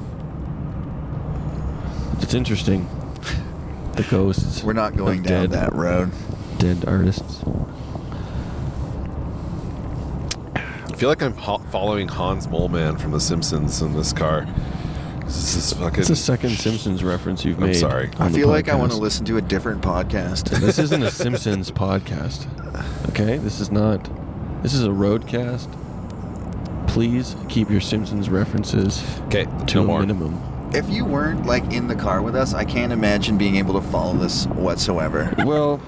[SPEAKER 3] It's interesting. The ghosts.
[SPEAKER 5] we're not going
[SPEAKER 3] of dead,
[SPEAKER 5] down that road.
[SPEAKER 3] Dead artists.
[SPEAKER 4] I feel like I'm ho- following Hans Moleman from The Simpsons in this car. This is fucking.
[SPEAKER 3] It's the second Simpsons reference you've
[SPEAKER 4] I'm
[SPEAKER 3] made.
[SPEAKER 4] sorry.
[SPEAKER 5] I
[SPEAKER 3] on the
[SPEAKER 5] feel like I want to
[SPEAKER 3] podcast.
[SPEAKER 5] listen to a different podcast.
[SPEAKER 3] This isn't a Simpsons podcast. Okay? This is not. This is a roadcast. Please keep your Simpsons references
[SPEAKER 4] okay,
[SPEAKER 3] to
[SPEAKER 4] no
[SPEAKER 3] a
[SPEAKER 4] more.
[SPEAKER 3] minimum.
[SPEAKER 5] if you weren't like in the car with us, I can't imagine being able to follow this whatsoever.
[SPEAKER 3] Well,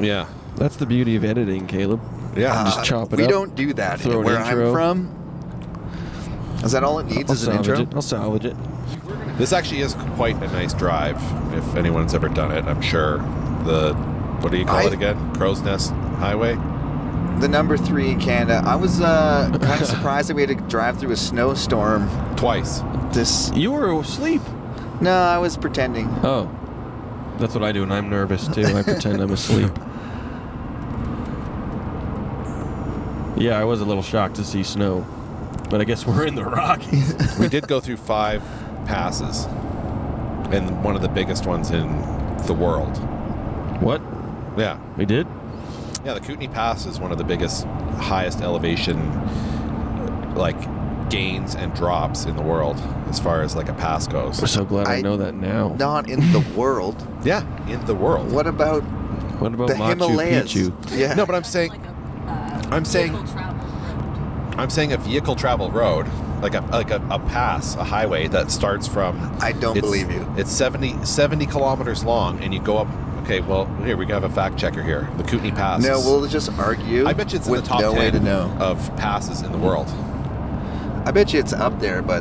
[SPEAKER 4] Yeah.
[SPEAKER 3] that's the beauty of editing, Caleb.
[SPEAKER 4] Yeah.
[SPEAKER 3] Just
[SPEAKER 5] Uh,
[SPEAKER 3] chop it
[SPEAKER 5] we
[SPEAKER 3] up,
[SPEAKER 5] don't do that
[SPEAKER 3] throw an
[SPEAKER 5] where
[SPEAKER 3] intro.
[SPEAKER 5] I'm from. Is that all it needs?
[SPEAKER 3] I'll
[SPEAKER 5] is an
[SPEAKER 3] salvage
[SPEAKER 5] intro?
[SPEAKER 3] it. I'll salvage it.
[SPEAKER 4] This actually is quite a nice drive. If anyone's ever done it, I'm sure the what do you call
[SPEAKER 5] I-
[SPEAKER 4] it again? Crow's Nest Highway.
[SPEAKER 5] The number three, Canada. I was uh, kind of surprised that we had to drive through a snowstorm.
[SPEAKER 4] Twice.
[SPEAKER 5] This.
[SPEAKER 3] You were asleep.
[SPEAKER 5] No, I was pretending.
[SPEAKER 3] Oh. That's what I do, and I'm nervous too. I pretend I'm asleep. Yeah, I was a little shocked to see snow. But I guess we're in the Rockies.
[SPEAKER 4] we did go through five passes, and one of the biggest ones in the world.
[SPEAKER 3] what?
[SPEAKER 4] Yeah,
[SPEAKER 3] We did?
[SPEAKER 4] yeah. The Kootenai Pass is one of the biggest, highest elevation, like gains and drops in the world as far as like a pass
[SPEAKER 3] I'm
[SPEAKER 4] goes.
[SPEAKER 3] so glad I,
[SPEAKER 5] I-
[SPEAKER 3] know that now.
[SPEAKER 5] Not in the world.
[SPEAKER 4] Yeah, in the world.
[SPEAKER 5] What about
[SPEAKER 3] What about
[SPEAKER 5] the
[SPEAKER 3] Machu
[SPEAKER 5] Himalayas?
[SPEAKER 3] Picchu?
[SPEAKER 5] Yeah.
[SPEAKER 4] No, but I'm saying,
[SPEAKER 6] Like a, uh,
[SPEAKER 4] I'm saying-
[SPEAKER 6] local travel road.
[SPEAKER 4] I'm saying a vehicle travel road, like a like a, a pass, a highway that starts from
[SPEAKER 5] I don't
[SPEAKER 4] it's-
[SPEAKER 5] believe you.
[SPEAKER 4] It's 70, 70 kilometers long, and you go up. Okay, well, here we have a fact checker here. The Kootenai Pass.
[SPEAKER 5] No,
[SPEAKER 4] is-
[SPEAKER 5] we'll just argue.
[SPEAKER 4] I bet you it's in
[SPEAKER 5] with
[SPEAKER 4] the top
[SPEAKER 5] no
[SPEAKER 4] ten
[SPEAKER 5] way to know.
[SPEAKER 4] of passes in the world.
[SPEAKER 5] I bet you it's up there, but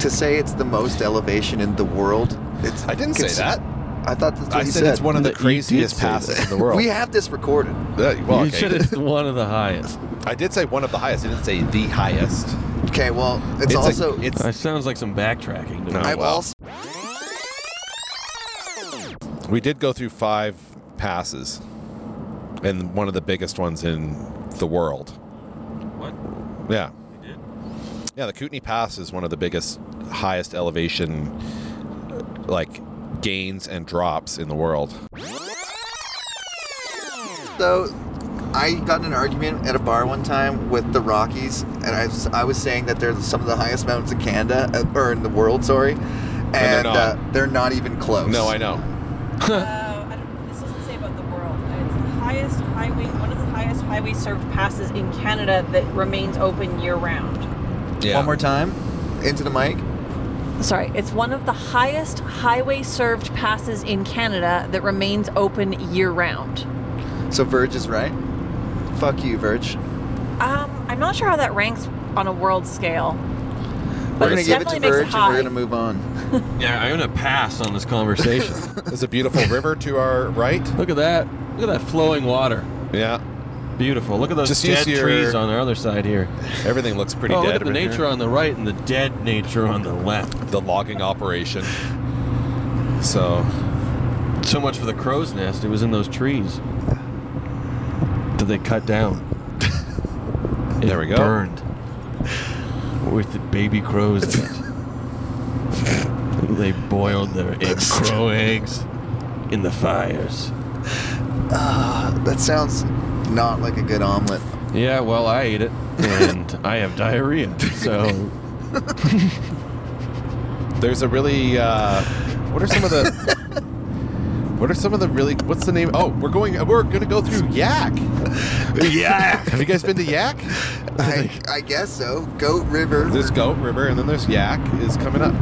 [SPEAKER 5] to say it's the most elevation in the world It's-
[SPEAKER 4] I didn't say
[SPEAKER 5] it's-
[SPEAKER 4] that.
[SPEAKER 5] I thought that's what
[SPEAKER 4] I
[SPEAKER 5] you
[SPEAKER 4] said, it's one of the
[SPEAKER 3] That you
[SPEAKER 4] craziest
[SPEAKER 3] did say
[SPEAKER 4] passes
[SPEAKER 3] that.
[SPEAKER 4] in the world.
[SPEAKER 5] We have this recorded.
[SPEAKER 4] Uh, well,
[SPEAKER 3] you
[SPEAKER 4] okay.
[SPEAKER 3] said it's one of the highest.
[SPEAKER 4] I did say one of the highest. I didn't say the highest.
[SPEAKER 5] Okay, well, it's,
[SPEAKER 4] It's a-
[SPEAKER 5] also
[SPEAKER 4] it's
[SPEAKER 3] That sounds like some backtracking. To me.
[SPEAKER 4] No.
[SPEAKER 5] I've
[SPEAKER 4] well.
[SPEAKER 5] also
[SPEAKER 4] We did go through five passes, and one of the biggest ones in the world.
[SPEAKER 3] What?
[SPEAKER 4] Yeah,
[SPEAKER 3] We did?
[SPEAKER 4] yeah. The Kootenai Pass is one of the biggest, highest elevation, like gains and drops in the world.
[SPEAKER 5] though I got in an argument at a bar one time with the Rockies, and I, was- I was saying that they're some of the highest mountains in Canada uh, or in the world, sorry, and,
[SPEAKER 4] they're not.
[SPEAKER 5] Uh, they're not even close.
[SPEAKER 4] No, I know.
[SPEAKER 6] Uh, I don't, this doesn't say about the world. It's the highest highway, one of the highest highway served passes in Canada that remains open year round.
[SPEAKER 4] Yeah.
[SPEAKER 5] One more time into the mic.
[SPEAKER 6] Sorry, it's one of the highest highway served passes in Canada that remains open year round.
[SPEAKER 5] So Verge is right. Fuck you, Verge.
[SPEAKER 6] Um, I'm not sure how that ranks on a world scale.
[SPEAKER 5] We're
[SPEAKER 6] But
[SPEAKER 5] gonna
[SPEAKER 6] it
[SPEAKER 5] give it
[SPEAKER 6] definitely
[SPEAKER 5] to
[SPEAKER 6] makes
[SPEAKER 5] Verge, and
[SPEAKER 6] it
[SPEAKER 5] we're
[SPEAKER 6] high.
[SPEAKER 5] gonna move on.
[SPEAKER 3] Yeah, I'm gonna pass on this conversation.
[SPEAKER 4] There's a beautiful river to our right.
[SPEAKER 3] Look at that. Look at that flowing water.
[SPEAKER 4] Yeah.
[SPEAKER 3] Beautiful. Look at those
[SPEAKER 4] Just
[SPEAKER 3] dead
[SPEAKER 4] use your-
[SPEAKER 3] trees on the other side here.
[SPEAKER 4] Everything looks pretty
[SPEAKER 3] oh,
[SPEAKER 4] dead.
[SPEAKER 3] look at the
[SPEAKER 4] over here.
[SPEAKER 3] nature on the right and the dead nature on the left.
[SPEAKER 4] The logging operation. So,
[SPEAKER 3] So much for the crow's nest. It was in those trees that they cut down. It
[SPEAKER 4] There we go.
[SPEAKER 3] Burned with the baby crows. In it. they boiled their egg, crow eggs in the fires.
[SPEAKER 5] That sounds not like a good omelet.
[SPEAKER 3] Yeah, well, I ate it, and I have diarrhea. So
[SPEAKER 4] there's a really. Uh, what are some of the? what are some of the really? What's the name? Oh, we're going. We're going to go through Yak.
[SPEAKER 5] yeah.
[SPEAKER 4] Have you guys been to Yak?
[SPEAKER 5] I, I guess so. Goat River.
[SPEAKER 4] There's Goat River, and then there's Yak is coming up,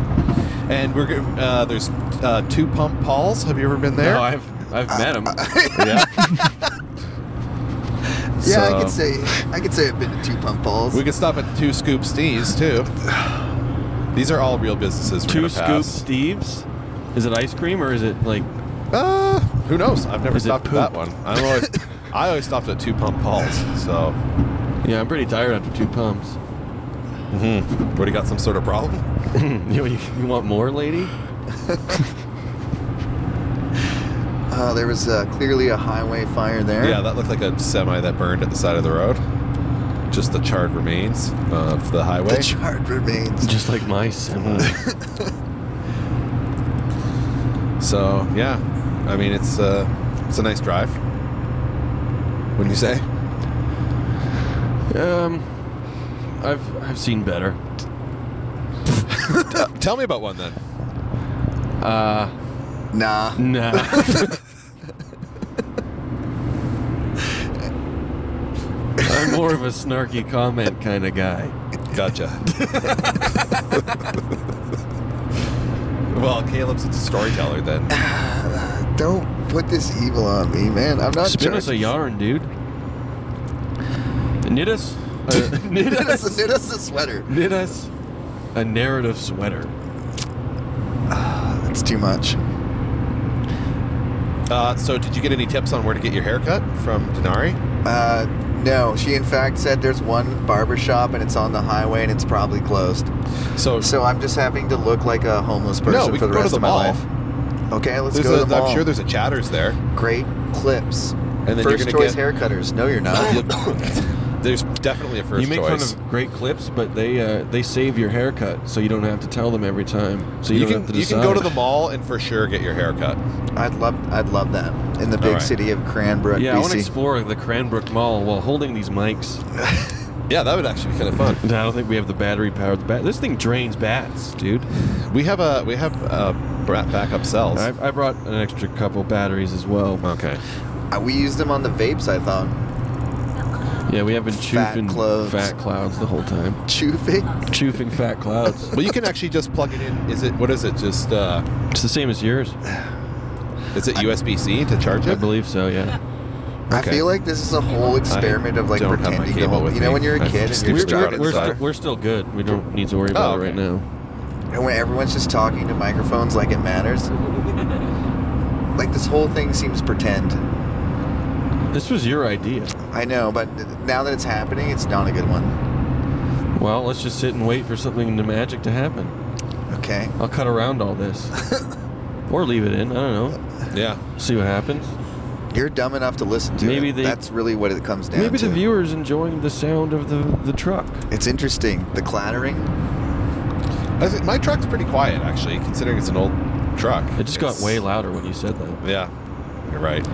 [SPEAKER 4] and we're go- uh, there's uh, two Pump Pauls. Have you ever been there?
[SPEAKER 3] no, I've I've met him.
[SPEAKER 4] yeah.
[SPEAKER 5] yeah, I
[SPEAKER 4] So-
[SPEAKER 5] could say I could say I've been to two pump balls.
[SPEAKER 4] We could stop at Two Scoop Steve's too. These are all real businesses. We're
[SPEAKER 3] Two
[SPEAKER 4] gonna
[SPEAKER 3] scoop
[SPEAKER 4] pass.
[SPEAKER 3] Steve's. Is it ice cream or is it like?
[SPEAKER 4] Uh, who knows? I've never
[SPEAKER 3] Is it
[SPEAKER 4] stopped at that
[SPEAKER 3] poop?
[SPEAKER 4] one. I'm always, I always stopped at Two Pump Pauls. So,
[SPEAKER 3] Yeah, I'm pretty tired after two pumps.
[SPEAKER 4] what? You got some sort of problem?
[SPEAKER 3] you, you want more, lady?
[SPEAKER 5] Uh, there was uh, clearly a highway fire there.
[SPEAKER 4] Yeah, that looked like a semi that burned at the side of the road. Just the charred remains of the highway.
[SPEAKER 5] the charred remains.
[SPEAKER 3] Just like mice.
[SPEAKER 4] So yeah, I mean it's uh, it's a nice drive. Wouldn't you say?
[SPEAKER 3] um, I've I've seen better.
[SPEAKER 4] Tell me about one then.
[SPEAKER 3] Uh,
[SPEAKER 5] Nah.
[SPEAKER 4] Mm.
[SPEAKER 3] nah. I'm more of a snarky comment kind of guy.
[SPEAKER 4] Gotcha. well, Caleb's a storyteller then.
[SPEAKER 5] Don't put this evil on me, man. I'm not
[SPEAKER 3] Spin us a yarn,
[SPEAKER 5] charged.
[SPEAKER 3] dude. Knit us. Uh, knit
[SPEAKER 5] Knit us,
[SPEAKER 3] us.
[SPEAKER 5] knit us a sweater.
[SPEAKER 3] Knit us a narrative sweater.
[SPEAKER 5] That's too much.
[SPEAKER 4] Uh, so, did you get any tips on where to get your haircut from Denari?
[SPEAKER 5] Uh, no, she in fact said there's one barber shop and it's on the highway and it's probably closed.
[SPEAKER 4] So,
[SPEAKER 5] So I'm just having to look like a homeless person
[SPEAKER 4] no, we
[SPEAKER 5] for
[SPEAKER 4] can
[SPEAKER 5] the
[SPEAKER 4] go to
[SPEAKER 5] rest
[SPEAKER 4] the
[SPEAKER 5] of my
[SPEAKER 4] mall.
[SPEAKER 5] life. Okay, let's
[SPEAKER 4] There's
[SPEAKER 5] go
[SPEAKER 4] a-
[SPEAKER 5] to the mall.
[SPEAKER 4] I'm sure there's a Chatters there.
[SPEAKER 5] great clips.
[SPEAKER 4] then you're
[SPEAKER 5] 1st
[SPEAKER 4] gonna
[SPEAKER 5] choice
[SPEAKER 4] get-
[SPEAKER 5] haircutters. No, you're not.
[SPEAKER 4] there's definitely a first
[SPEAKER 3] you make
[SPEAKER 4] choice.
[SPEAKER 3] fun of great clips, but they uh, they save your haircut, so you don't have to tell them every time. So you,
[SPEAKER 4] you
[SPEAKER 3] don't
[SPEAKER 4] can
[SPEAKER 3] have to
[SPEAKER 4] you
[SPEAKER 3] decide.
[SPEAKER 4] can go to the mall and for sure get your haircut.
[SPEAKER 5] I'd love, I'd love that in the big
[SPEAKER 4] right.
[SPEAKER 5] city of Cranbrook,
[SPEAKER 3] Yeah, I want to
[SPEAKER 5] BC.
[SPEAKER 3] explore the Cranbrook Mall while holding these mics.
[SPEAKER 4] Yeah, that would actually be kind of fun.
[SPEAKER 3] I don't think we have the battery powered bat. This thing drains bats, dude.
[SPEAKER 4] We have a we have uh bra- backup cells.
[SPEAKER 3] I, I brought an extra couple batteries as well.
[SPEAKER 4] Okay.
[SPEAKER 5] Uh, we used them on the vapes. I thought
[SPEAKER 3] Yeah, we have been
[SPEAKER 5] Fat
[SPEAKER 3] choofing
[SPEAKER 5] clouds.
[SPEAKER 3] fat clouds the whole time.
[SPEAKER 5] Chufi.
[SPEAKER 3] Choofing fat clouds.
[SPEAKER 4] Well, you can actually just plug it in. Is it what is it? Just uh,
[SPEAKER 3] It's the same as yours,
[SPEAKER 4] is it USB C to charge
[SPEAKER 3] I
[SPEAKER 4] it?
[SPEAKER 3] believe so. Yeah.
[SPEAKER 5] I
[SPEAKER 4] Okay.
[SPEAKER 5] feel like this is a whole experiment of like
[SPEAKER 4] don't have my
[SPEAKER 5] pretending to
[SPEAKER 4] cable
[SPEAKER 5] hold.
[SPEAKER 4] with
[SPEAKER 5] You know,
[SPEAKER 4] me.
[SPEAKER 5] when you're a
[SPEAKER 4] I've
[SPEAKER 5] kid and
[SPEAKER 4] stupid
[SPEAKER 3] We're,
[SPEAKER 4] Just
[SPEAKER 5] you're
[SPEAKER 3] we're,
[SPEAKER 4] got it
[SPEAKER 5] driving,
[SPEAKER 3] we're,
[SPEAKER 4] inside.
[SPEAKER 3] st- we're still good. We don't need to worry about
[SPEAKER 4] Oh,
[SPEAKER 3] it right
[SPEAKER 4] okay.
[SPEAKER 3] now.
[SPEAKER 5] and when everyone's just talking to microphones like it matters. like this whole thing seems pretend.
[SPEAKER 3] This was your idea.
[SPEAKER 5] I know, but now that it's happening, it's not a good one.
[SPEAKER 3] Well, let's just sit and wait for something to magic to happen.
[SPEAKER 5] Okay.
[SPEAKER 3] I'll cut around all this. or leave it in. I don't know.
[SPEAKER 4] Yeah.
[SPEAKER 3] See what happens.
[SPEAKER 5] You're dumb enough to listen to
[SPEAKER 3] Maybe
[SPEAKER 5] it.
[SPEAKER 3] they-
[SPEAKER 5] That's really what it comes down
[SPEAKER 3] Maybe
[SPEAKER 5] to.
[SPEAKER 3] the viewer's enjoying the sound of the, the truck.
[SPEAKER 5] It's interesting. The clattering.
[SPEAKER 4] I think my truck's pretty quiet, actually, considering it's an old truck.
[SPEAKER 3] It just
[SPEAKER 4] It's-
[SPEAKER 3] got way louder when you said that.
[SPEAKER 4] Yeah. You're right.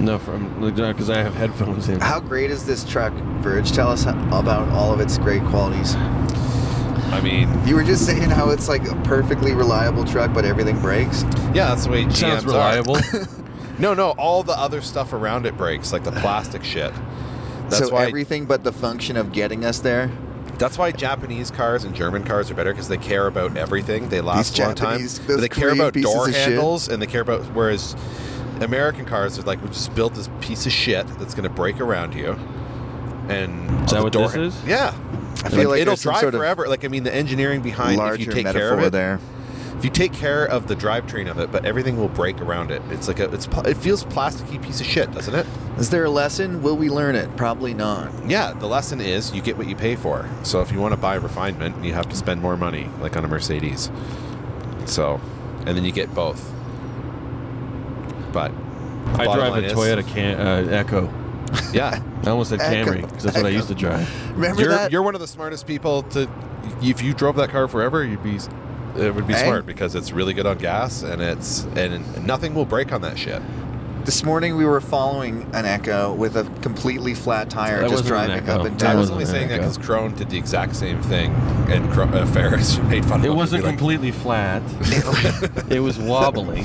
[SPEAKER 3] No, from because I have headphones in.
[SPEAKER 5] How great is this truck, Verge? Tell us how, about all of its great qualities.
[SPEAKER 4] I mean,
[SPEAKER 5] You were just saying how it's like a perfectly reliable truck, but everything breaks.
[SPEAKER 4] yeah, that's the way GMs
[SPEAKER 3] Sounds
[SPEAKER 4] are.
[SPEAKER 3] reliable.
[SPEAKER 4] No, no, all the other stuff around it breaks, like the plastic shit. That's
[SPEAKER 5] so
[SPEAKER 4] why
[SPEAKER 5] everything but the function of getting us there.
[SPEAKER 4] that's why Japanese cars and German cars are better because they care about everything. They last
[SPEAKER 5] These
[SPEAKER 4] a long time.
[SPEAKER 5] Japanese-
[SPEAKER 4] But
[SPEAKER 5] those
[SPEAKER 4] they care
[SPEAKER 5] Korean
[SPEAKER 4] about
[SPEAKER 5] pieces
[SPEAKER 4] door
[SPEAKER 5] of shit.
[SPEAKER 4] handles and they care about whereas American cars are like we just built this piece of shit that's going to break around you. And
[SPEAKER 3] Is that
[SPEAKER 4] the
[SPEAKER 3] what
[SPEAKER 4] door
[SPEAKER 3] this
[SPEAKER 4] hand-
[SPEAKER 3] is?
[SPEAKER 4] Yeah.
[SPEAKER 5] I feel like
[SPEAKER 4] it'll
[SPEAKER 5] there's some
[SPEAKER 4] drive
[SPEAKER 5] sort of
[SPEAKER 4] forever. Like I mean, the engineering behind if you
[SPEAKER 5] Larger
[SPEAKER 4] take
[SPEAKER 5] metaphor
[SPEAKER 4] care of it,
[SPEAKER 5] there.
[SPEAKER 4] if you take care of the drivetrain of it, but everything will break around it. It's like a it's pl- it feels plasticky piece of shit, doesn't it?
[SPEAKER 5] Is there a lesson? Will we learn it? Probably not.
[SPEAKER 4] Yeah, the lesson is you get what you pay for. So if you want to buy refinement, you have to spend more money, like on a Mercedes. So, and then you get both. But
[SPEAKER 3] I
[SPEAKER 4] bottom
[SPEAKER 3] drive
[SPEAKER 4] line
[SPEAKER 3] a
[SPEAKER 4] is-
[SPEAKER 3] Toyota can, uh, Echo.
[SPEAKER 4] Yeah,
[SPEAKER 3] I almost said
[SPEAKER 5] Echo,
[SPEAKER 3] Camry because that's what I
[SPEAKER 5] Echo.
[SPEAKER 3] used to drive.
[SPEAKER 5] Remember
[SPEAKER 4] you're
[SPEAKER 5] that?
[SPEAKER 4] you're one of the smartest people to. If you drove that car forever, you'd be. It would be
[SPEAKER 5] Eh?
[SPEAKER 4] smart because it's really good on gas, and it's and nothing will break on that shit.
[SPEAKER 5] This morning we were following an Echo with a completely flat tire,
[SPEAKER 3] That
[SPEAKER 5] just
[SPEAKER 3] wasn't an
[SPEAKER 5] driving
[SPEAKER 3] Echo.
[SPEAKER 5] up and
[SPEAKER 3] That
[SPEAKER 4] I
[SPEAKER 5] down.
[SPEAKER 4] was
[SPEAKER 3] wasn't
[SPEAKER 4] only
[SPEAKER 3] an
[SPEAKER 4] saying that
[SPEAKER 3] Echo.
[SPEAKER 4] because Crone did the exact same thing, and Cro- uh, Ferris made fun of
[SPEAKER 3] It
[SPEAKER 4] him. He'd
[SPEAKER 3] wasn't
[SPEAKER 4] be like-
[SPEAKER 3] completely flat. it was wobbling.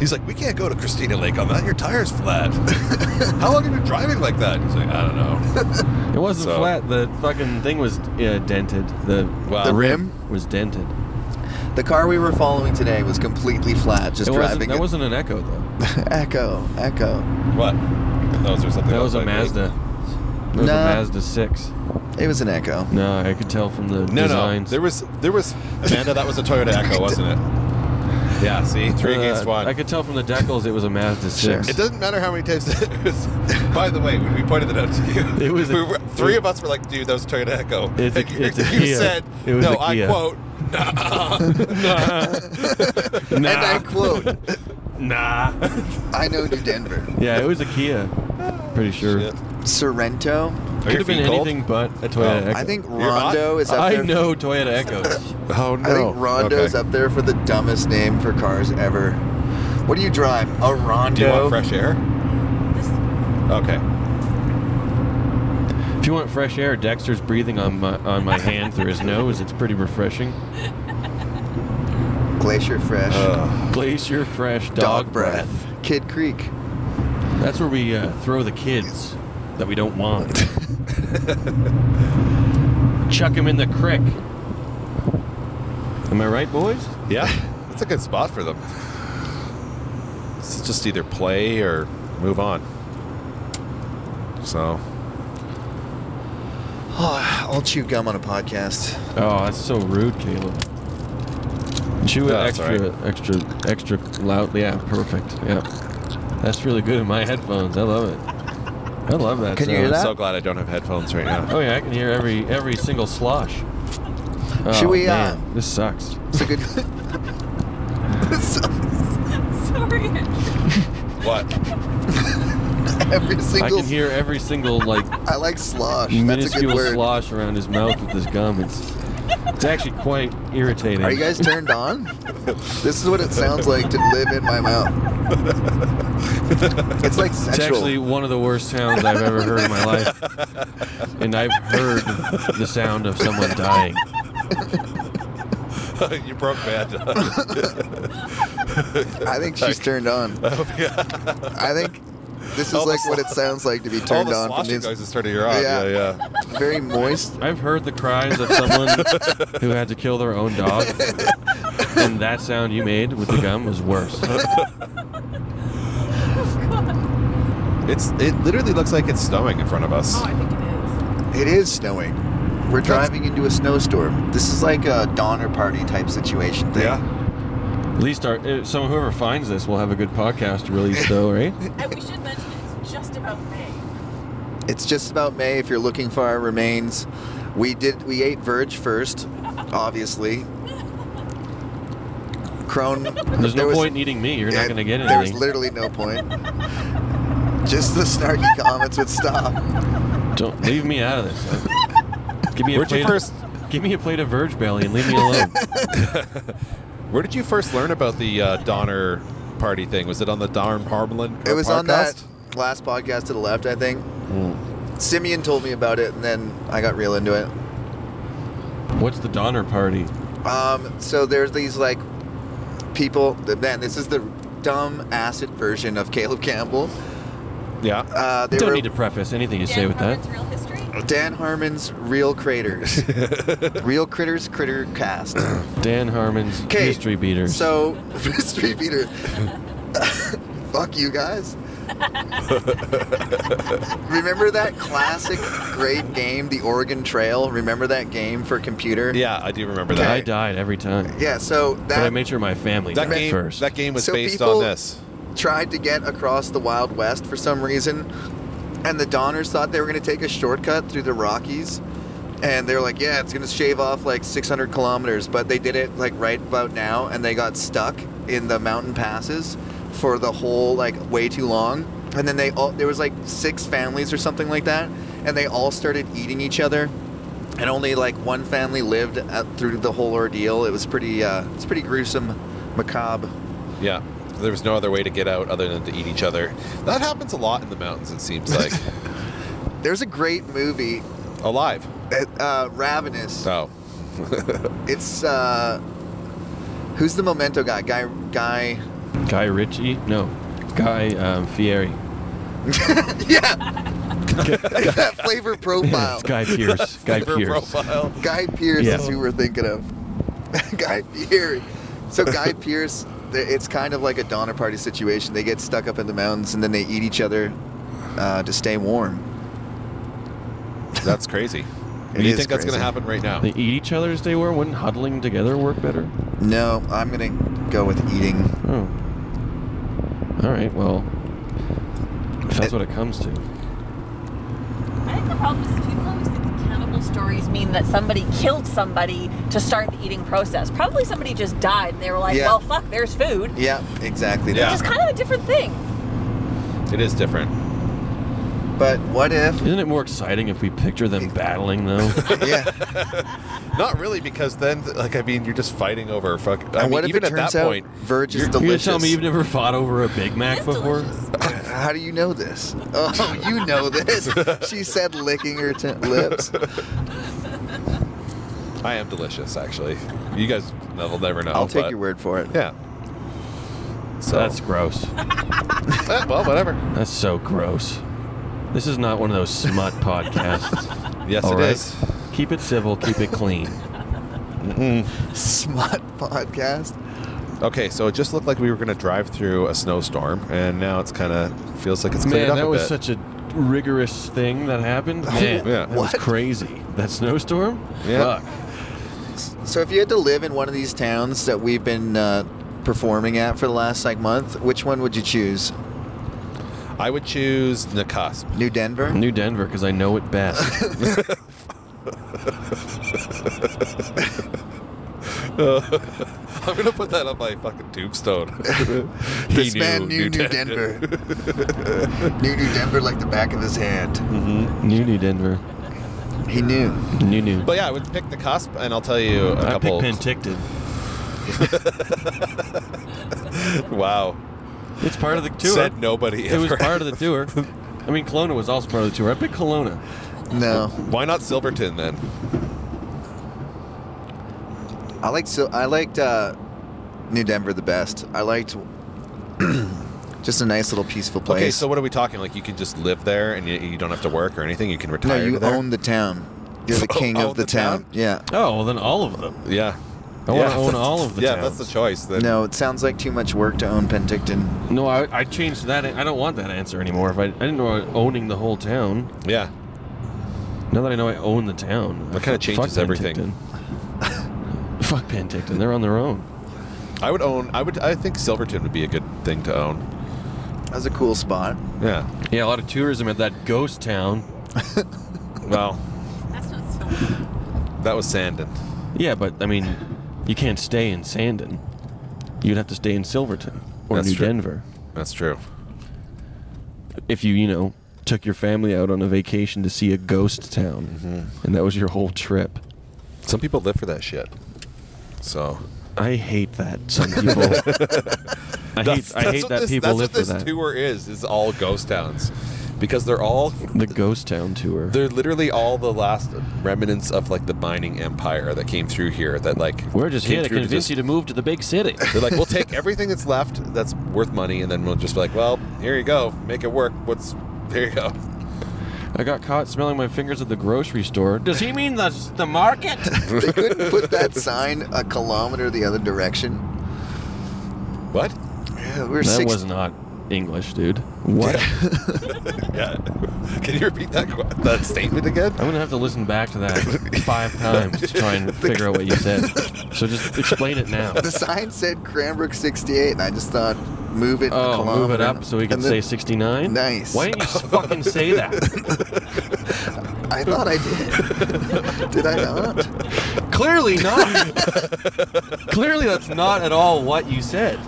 [SPEAKER 4] He's like, we can't go to Christina Lake on that. Your tire's flat. How long have you been driving like that? He's like, I don't know.
[SPEAKER 3] It wasn't
[SPEAKER 4] So-
[SPEAKER 3] flat. The fucking thing was uh, dented. The
[SPEAKER 4] Wow.
[SPEAKER 5] The rim?
[SPEAKER 3] was dented.
[SPEAKER 5] The car we were following today was completely flat, just
[SPEAKER 3] It wasn't,
[SPEAKER 5] driving.
[SPEAKER 3] that
[SPEAKER 5] it.
[SPEAKER 3] wasn't an Echo though.
[SPEAKER 5] Echo, Echo.
[SPEAKER 4] What? Those are something.
[SPEAKER 3] That was
[SPEAKER 4] else,
[SPEAKER 3] a
[SPEAKER 4] I think.
[SPEAKER 3] Mazda. It was
[SPEAKER 5] Nah.
[SPEAKER 3] a Mazda six.
[SPEAKER 5] It was an Echo.
[SPEAKER 3] No, I could tell from the
[SPEAKER 4] No,
[SPEAKER 3] designs.
[SPEAKER 4] no. There was, there was Amanda. That was a Toyota Echo, wasn't it? Yeah. See, three
[SPEAKER 3] Uh,
[SPEAKER 4] against one.
[SPEAKER 3] I could tell from the decals it was a Mazda
[SPEAKER 5] Sure.
[SPEAKER 3] six.
[SPEAKER 4] it doesn't matter how many times. It was, by the way, when we pointed it out to you,
[SPEAKER 3] It was a-
[SPEAKER 4] we were, three of us were like, "Dude, that was a Toyota Echo."
[SPEAKER 3] It's a-
[SPEAKER 4] And you-
[SPEAKER 3] it's a
[SPEAKER 4] you
[SPEAKER 3] Kia.
[SPEAKER 4] said,
[SPEAKER 3] It was
[SPEAKER 4] "No,
[SPEAKER 3] a
[SPEAKER 4] I
[SPEAKER 3] Kia."
[SPEAKER 4] quote."
[SPEAKER 3] nah,
[SPEAKER 5] And I quote,
[SPEAKER 3] nah.
[SPEAKER 5] I know New Denver.
[SPEAKER 3] yeah, it was a Kia. Pretty sure.
[SPEAKER 4] Shit.
[SPEAKER 5] Sorrento.
[SPEAKER 4] Are
[SPEAKER 3] Could
[SPEAKER 4] your
[SPEAKER 3] have been
[SPEAKER 4] feet cold?
[SPEAKER 3] anything but a Toyota Echo.
[SPEAKER 5] I think
[SPEAKER 4] not-
[SPEAKER 5] Rondo is up
[SPEAKER 3] I
[SPEAKER 5] there.
[SPEAKER 3] know Toyota Echoes.
[SPEAKER 4] Oh
[SPEAKER 5] I think Rondo's up there for the dumbest name for cars ever. What do you drive? A Rondo.
[SPEAKER 4] Do you want fresh air?
[SPEAKER 6] This,
[SPEAKER 4] Okay.
[SPEAKER 3] if you want fresh air, Dexter's breathing on my on my hand through his nose. It's pretty refreshing.
[SPEAKER 5] Glacier Fresh.
[SPEAKER 4] Uh.
[SPEAKER 3] Glacier fresh dog,
[SPEAKER 5] Dog breath. Kid Creek.
[SPEAKER 3] That's where we uh, throw the kids that we don't want. Chuck them in the crick. Am I right, boys?
[SPEAKER 4] Yeah, that's a good spot for them. It's just either play or move on. So,
[SPEAKER 5] Oh, I'll chew gum on a podcast.
[SPEAKER 3] Oh, that's so rude, Caleb. Chew it
[SPEAKER 4] No, it's
[SPEAKER 3] extra, extra, extra loud. Yeah, perfect. Yeah, that's really good in my headphones. I love it. I love that.
[SPEAKER 5] Can you
[SPEAKER 3] sound.
[SPEAKER 5] hear
[SPEAKER 4] I'm
[SPEAKER 5] that?
[SPEAKER 4] so glad I don't have headphones right now.
[SPEAKER 3] Oh yeah, I can hear every every single slosh. Oh,
[SPEAKER 5] Should we, uh,
[SPEAKER 3] man, this sucks.
[SPEAKER 5] It's a good.
[SPEAKER 6] sorry.
[SPEAKER 4] What?
[SPEAKER 5] every
[SPEAKER 3] I
[SPEAKER 5] single.
[SPEAKER 3] can hear every single like
[SPEAKER 5] I like slosh. That's a good
[SPEAKER 3] minuscule
[SPEAKER 5] word.
[SPEAKER 3] slosh around his mouth with his gum. It's it's actually quite irritating.
[SPEAKER 5] Are you guys turned on? this is what it sounds like to live in my mouth. It's like
[SPEAKER 3] It's
[SPEAKER 5] sexual.
[SPEAKER 3] actually one of the worst sounds I've ever heard in my life, and I've heard the sound of someone dying.
[SPEAKER 4] you broke Amanda.
[SPEAKER 5] I think she's turned on. I think this is
[SPEAKER 4] Oh, All the
[SPEAKER 5] like what
[SPEAKER 4] slo-
[SPEAKER 5] it sounds like to be
[SPEAKER 4] All
[SPEAKER 5] turned
[SPEAKER 4] the
[SPEAKER 5] on from
[SPEAKER 4] sloshing
[SPEAKER 5] this
[SPEAKER 4] noises started your off. Yeah,
[SPEAKER 5] Yeah.
[SPEAKER 4] yeah.
[SPEAKER 5] very moist.
[SPEAKER 3] I've heard the cries of someone who had to kill their own dog, and that sound you made with the gum was worse.
[SPEAKER 4] It's it literally looks like it's snowing in front of us.
[SPEAKER 6] Oh, I think it is.
[SPEAKER 5] It is snowing. We're driving into a snowstorm. This is like a Donner Party type situation thing.
[SPEAKER 2] Yeah.
[SPEAKER 3] At least our uh, so whoever finds this will have a good podcast to release though, right?
[SPEAKER 6] And Uh, we should mention it's just about May.
[SPEAKER 5] It's just about May if you're looking for our remains. We did we ate Verge first, obviously. Crone
[SPEAKER 3] There's
[SPEAKER 5] there
[SPEAKER 3] no
[SPEAKER 5] was-
[SPEAKER 3] point in eating me. You're
[SPEAKER 5] yeah,
[SPEAKER 3] not going to get
[SPEAKER 5] There's
[SPEAKER 3] anything.
[SPEAKER 5] literally no point. Just the snarky comments would stop.
[SPEAKER 3] Don't leave me out of this. Give me a
[SPEAKER 4] Where'd you
[SPEAKER 3] plate.
[SPEAKER 4] first-
[SPEAKER 3] Give me a plate of Verge Belly and leave me alone.
[SPEAKER 4] Where did you first learn about the uh, Donner party thing? Was it on the Darn Harmland?
[SPEAKER 5] It was on that
[SPEAKER 4] podcast?
[SPEAKER 5] last podcast to the left, I think.
[SPEAKER 3] Hmm.
[SPEAKER 5] Simeon told me about it and then I got real into it.
[SPEAKER 3] What's the Donner Party?
[SPEAKER 5] Um, so there's these like people. Man, this is the dumb acid version of Caleb Campbell.
[SPEAKER 4] Yeah.
[SPEAKER 5] Uh, they
[SPEAKER 3] Don't
[SPEAKER 5] were
[SPEAKER 3] need to preface anything you
[SPEAKER 6] Dan
[SPEAKER 3] say with that.
[SPEAKER 6] Harmon's Real history.
[SPEAKER 5] Dan Harmon's Real Critters, Real Critters Critter Cast.
[SPEAKER 3] Dan Harmon's
[SPEAKER 5] 'Kay,
[SPEAKER 3] Mystery Beaters.
[SPEAKER 5] So mystery beater. Fuck you guys. Remember that classic great game, the Oregon Trail? Remember that game for computer?
[SPEAKER 4] Yeah, I do remember
[SPEAKER 5] Okay.
[SPEAKER 4] that.
[SPEAKER 3] I died every time.
[SPEAKER 5] Yeah. So
[SPEAKER 3] But I
[SPEAKER 5] that
[SPEAKER 3] made sure my family
[SPEAKER 4] That
[SPEAKER 3] died
[SPEAKER 4] game,
[SPEAKER 3] first.
[SPEAKER 4] that game was
[SPEAKER 5] So
[SPEAKER 4] based
[SPEAKER 5] people-
[SPEAKER 4] on this.
[SPEAKER 5] tried to get across the Wild West for some reason, and the Donners thought they were going to take a shortcut through the Rockies, and they were like, "Yeah, it's going to shave off like 600 kilometers," but they did it like right about now, and they got stuck in the mountain passes for the whole like way too long, and then they all there was like six families or something like that, and they all started eating each other. And only like one family lived uh, through the whole ordeal. It was pretty, uh, it's pretty gruesome, macabre.
[SPEAKER 4] Yeah. There was no other way to get out other than to eat each other. That happens a lot in the mountains, it seems like.
[SPEAKER 5] There's a great movie
[SPEAKER 4] Alive.
[SPEAKER 5] uh, Ravenous.
[SPEAKER 4] So,
[SPEAKER 5] It's uh, who's the Memento guy? Guy, guy.
[SPEAKER 3] Guy Ritchie? No. Guy um, Fieri.
[SPEAKER 5] Yeah. that flavor profile.
[SPEAKER 3] It's Guy Pierce. Guy
[SPEAKER 4] flavor
[SPEAKER 3] Pierce.
[SPEAKER 4] profile.
[SPEAKER 5] Guy Pierce
[SPEAKER 3] Yeah.
[SPEAKER 5] is who we're thinking of. Guy Pierce. So Guy Pierce, it's kind of like a Donner Party situation. They get stuck up in the mountains and then they eat each other uh, to stay warm.
[SPEAKER 4] That's crazy.
[SPEAKER 5] It
[SPEAKER 4] Do you
[SPEAKER 5] is
[SPEAKER 4] think that's going
[SPEAKER 5] crazy.
[SPEAKER 4] to happen right now?
[SPEAKER 3] They eat each other as they were? Wouldn't huddling together work better?
[SPEAKER 5] No, I'm gonna go with eating.
[SPEAKER 3] Oh. All right, well, if that's what it comes to.
[SPEAKER 6] I think the problem is people always think the cannibal stories mean that somebody killed somebody to start the eating process. Probably somebody just died and they were like,
[SPEAKER 5] Yeah.
[SPEAKER 6] well, fuck, there's food.
[SPEAKER 5] Yeah, exactly.
[SPEAKER 4] Yeah.
[SPEAKER 6] Which is kind of a different thing.
[SPEAKER 4] It is different.
[SPEAKER 5] But what if?
[SPEAKER 3] Isn't it more exciting if we picture them battling, though?
[SPEAKER 5] Yeah.
[SPEAKER 4] Not really, because then, like, I mean, you're just fighting over fuck. I mean,
[SPEAKER 5] and what if
[SPEAKER 4] even
[SPEAKER 5] it turns
[SPEAKER 4] at that
[SPEAKER 5] out
[SPEAKER 4] point,
[SPEAKER 5] Verge is
[SPEAKER 3] You're gonna
[SPEAKER 5] delicious?
[SPEAKER 3] tell me you've never fought over a Big
[SPEAKER 6] It
[SPEAKER 3] Mac
[SPEAKER 6] is
[SPEAKER 3] before?
[SPEAKER 6] delicious.
[SPEAKER 5] How do you know this? Oh, you know this. she said, licking her t- lips.
[SPEAKER 4] I am delicious. Actually, you guys will never know.
[SPEAKER 5] I'll take
[SPEAKER 4] but-
[SPEAKER 5] your word for it.
[SPEAKER 4] Yeah. So
[SPEAKER 3] That's gross.
[SPEAKER 4] eh, well, whatever.
[SPEAKER 3] That's so gross. This is not one of those smut podcasts.
[SPEAKER 4] Yes,
[SPEAKER 3] All
[SPEAKER 4] it
[SPEAKER 3] right?
[SPEAKER 4] is.
[SPEAKER 3] Keep it civil, keep it clean.
[SPEAKER 5] Smut podcast.
[SPEAKER 4] Okay, so it just looked like we were going to drive through a snowstorm, and now it's kind of feels like it's cleared
[SPEAKER 3] Man,
[SPEAKER 4] up
[SPEAKER 3] that
[SPEAKER 4] a
[SPEAKER 3] was
[SPEAKER 4] bit.
[SPEAKER 3] such a rigorous thing that happened. Man,
[SPEAKER 4] Oh, Yeah.
[SPEAKER 3] that was
[SPEAKER 5] What?
[SPEAKER 3] crazy. That snowstorm?
[SPEAKER 4] Yeah.
[SPEAKER 3] Fuck.
[SPEAKER 5] So, if you had to live in one of these towns that we've been uh, performing at for the last like month, which one would you choose?
[SPEAKER 4] I would choose Nakasp.
[SPEAKER 5] New Denver.
[SPEAKER 3] New Denver, because I know it best.
[SPEAKER 4] I'm going to put that on my fucking tombstone. He
[SPEAKER 5] this man knew New Denver. knew New Denver like the back of his hand.
[SPEAKER 3] new New Denver.
[SPEAKER 5] He knew.
[SPEAKER 3] New New.
[SPEAKER 4] But yeah, I would pick the cusp, and I'll tell you a
[SPEAKER 3] I
[SPEAKER 4] couple.
[SPEAKER 3] picked Penticton.
[SPEAKER 4] Wow,
[SPEAKER 3] It's part of the tour.
[SPEAKER 4] said nobody.
[SPEAKER 3] it was
[SPEAKER 4] ever.
[SPEAKER 3] part of the tour. I mean, Kelowna was also part of the tour. I picked Kelowna.
[SPEAKER 5] No,
[SPEAKER 4] Why not Silverton then?
[SPEAKER 5] I liked so I liked uh, New Denver the best. I liked just a nice little peaceful place.
[SPEAKER 4] Okay, so what are we talking? Like you can just live there and you, you don't have to work or anything. You can
[SPEAKER 5] No,
[SPEAKER 4] retire.
[SPEAKER 5] you
[SPEAKER 4] there?
[SPEAKER 5] own the town. You're the king
[SPEAKER 4] Own
[SPEAKER 5] of the,
[SPEAKER 4] the
[SPEAKER 5] town.
[SPEAKER 4] town?
[SPEAKER 5] Yeah.
[SPEAKER 3] Oh, well, then all of them.
[SPEAKER 4] Yeah.
[SPEAKER 3] I
[SPEAKER 4] Oh, yeah.
[SPEAKER 3] want to own all of the
[SPEAKER 4] yeah,
[SPEAKER 3] towns.
[SPEAKER 4] that's the choice. Then.
[SPEAKER 5] No, it sounds like too much work to own Penticton.
[SPEAKER 3] No, I, I changed that. I don't want that answer anymore. If I, I didn't know I- owning the whole town.
[SPEAKER 4] Yeah.
[SPEAKER 3] Now that I know I own the town,
[SPEAKER 4] That kinda
[SPEAKER 3] fuck
[SPEAKER 4] changes everything.
[SPEAKER 3] Penticton. fuck Penticton. They're on their own.
[SPEAKER 4] I would own. I would. I think Silverton would be a good thing to own.
[SPEAKER 5] That was a cool spot.
[SPEAKER 4] Yeah.
[SPEAKER 3] Yeah, a lot of tourism at that ghost town.
[SPEAKER 4] Well,
[SPEAKER 6] That's not still.
[SPEAKER 4] that was Sandon.
[SPEAKER 3] Yeah, but I mean, you can't stay in Sandon. You'd have to stay in Silverton or
[SPEAKER 4] That's
[SPEAKER 3] New
[SPEAKER 4] true.
[SPEAKER 3] Denver
[SPEAKER 4] That's true.
[SPEAKER 3] if you, you know, took your family out on a vacation to see a ghost town, and that was your whole trip.
[SPEAKER 4] Some people live for that shit. So
[SPEAKER 3] I hate that. Some people. I hate, I hate
[SPEAKER 4] what
[SPEAKER 3] that
[SPEAKER 4] this,
[SPEAKER 3] people live
[SPEAKER 4] that's what
[SPEAKER 3] for
[SPEAKER 4] this
[SPEAKER 3] that.
[SPEAKER 4] tour is. Is all ghost towns because they're all
[SPEAKER 3] the ghost town tour.
[SPEAKER 4] they're literally all the last remnants of like the mining empire that came through here. That like
[SPEAKER 3] We're just
[SPEAKER 4] came
[SPEAKER 3] here to
[SPEAKER 4] through
[SPEAKER 3] convince
[SPEAKER 4] just-
[SPEAKER 3] you to move to the big city.
[SPEAKER 4] They're like, we'll take everything that's left that's worth money, and then we'll just be like, well, here you go, make it work. What's there you go.
[SPEAKER 3] I got caught smelling my fingers at the grocery store. Does he mean the the market?
[SPEAKER 5] They couldn't put that sign a kilometer the other direction.
[SPEAKER 4] What?
[SPEAKER 5] Yeah, we were
[SPEAKER 3] that
[SPEAKER 5] six.
[SPEAKER 3] was not English, dude. What?
[SPEAKER 4] Yeah. Can you repeat that que- that statement again?
[SPEAKER 3] I'm gonna have to listen back to that five times to try and figure out what you said. So just explain it now.
[SPEAKER 5] The sign said Cranbrook 68, and I just thought, move it. a
[SPEAKER 3] Oh,
[SPEAKER 5] kilometer.
[SPEAKER 3] move it up so we can
[SPEAKER 5] And
[SPEAKER 3] say
[SPEAKER 5] then
[SPEAKER 3] 69.
[SPEAKER 5] Nice.
[SPEAKER 3] Why didn't you s- fucking say that?
[SPEAKER 5] I thought I did. did I not?
[SPEAKER 3] Clearly not. Clearly, that's not at all what you said.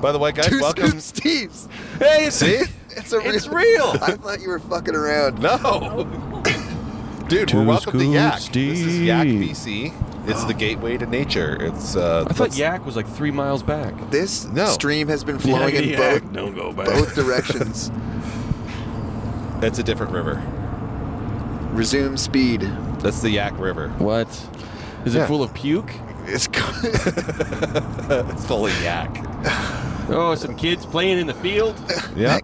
[SPEAKER 4] By the way, guys,
[SPEAKER 5] Two
[SPEAKER 4] welcome.
[SPEAKER 5] scoops Steve's.
[SPEAKER 4] Hey, see?
[SPEAKER 5] It's a real.
[SPEAKER 4] It's real.
[SPEAKER 5] I thought you were fucking around.
[SPEAKER 4] No. Dude,
[SPEAKER 3] Two
[SPEAKER 4] we're welcome to Yak.
[SPEAKER 3] scoops
[SPEAKER 4] This is Yak
[SPEAKER 3] deep.
[SPEAKER 4] BC. It's the gateway to nature. It's uh
[SPEAKER 3] I thought
[SPEAKER 4] that's-
[SPEAKER 3] Yak was like three miles back.
[SPEAKER 5] This
[SPEAKER 4] No.
[SPEAKER 5] stream has been flowing in both
[SPEAKER 3] Don't go back.
[SPEAKER 5] both directions.
[SPEAKER 4] That's a different river.
[SPEAKER 5] Resume speed.
[SPEAKER 4] That's the Yak River.
[SPEAKER 3] What? Is
[SPEAKER 4] Yeah.
[SPEAKER 3] it full of puke?
[SPEAKER 5] It's co-
[SPEAKER 4] It's full of yak.
[SPEAKER 3] Oh, some kids playing in the field?
[SPEAKER 4] Yeah. I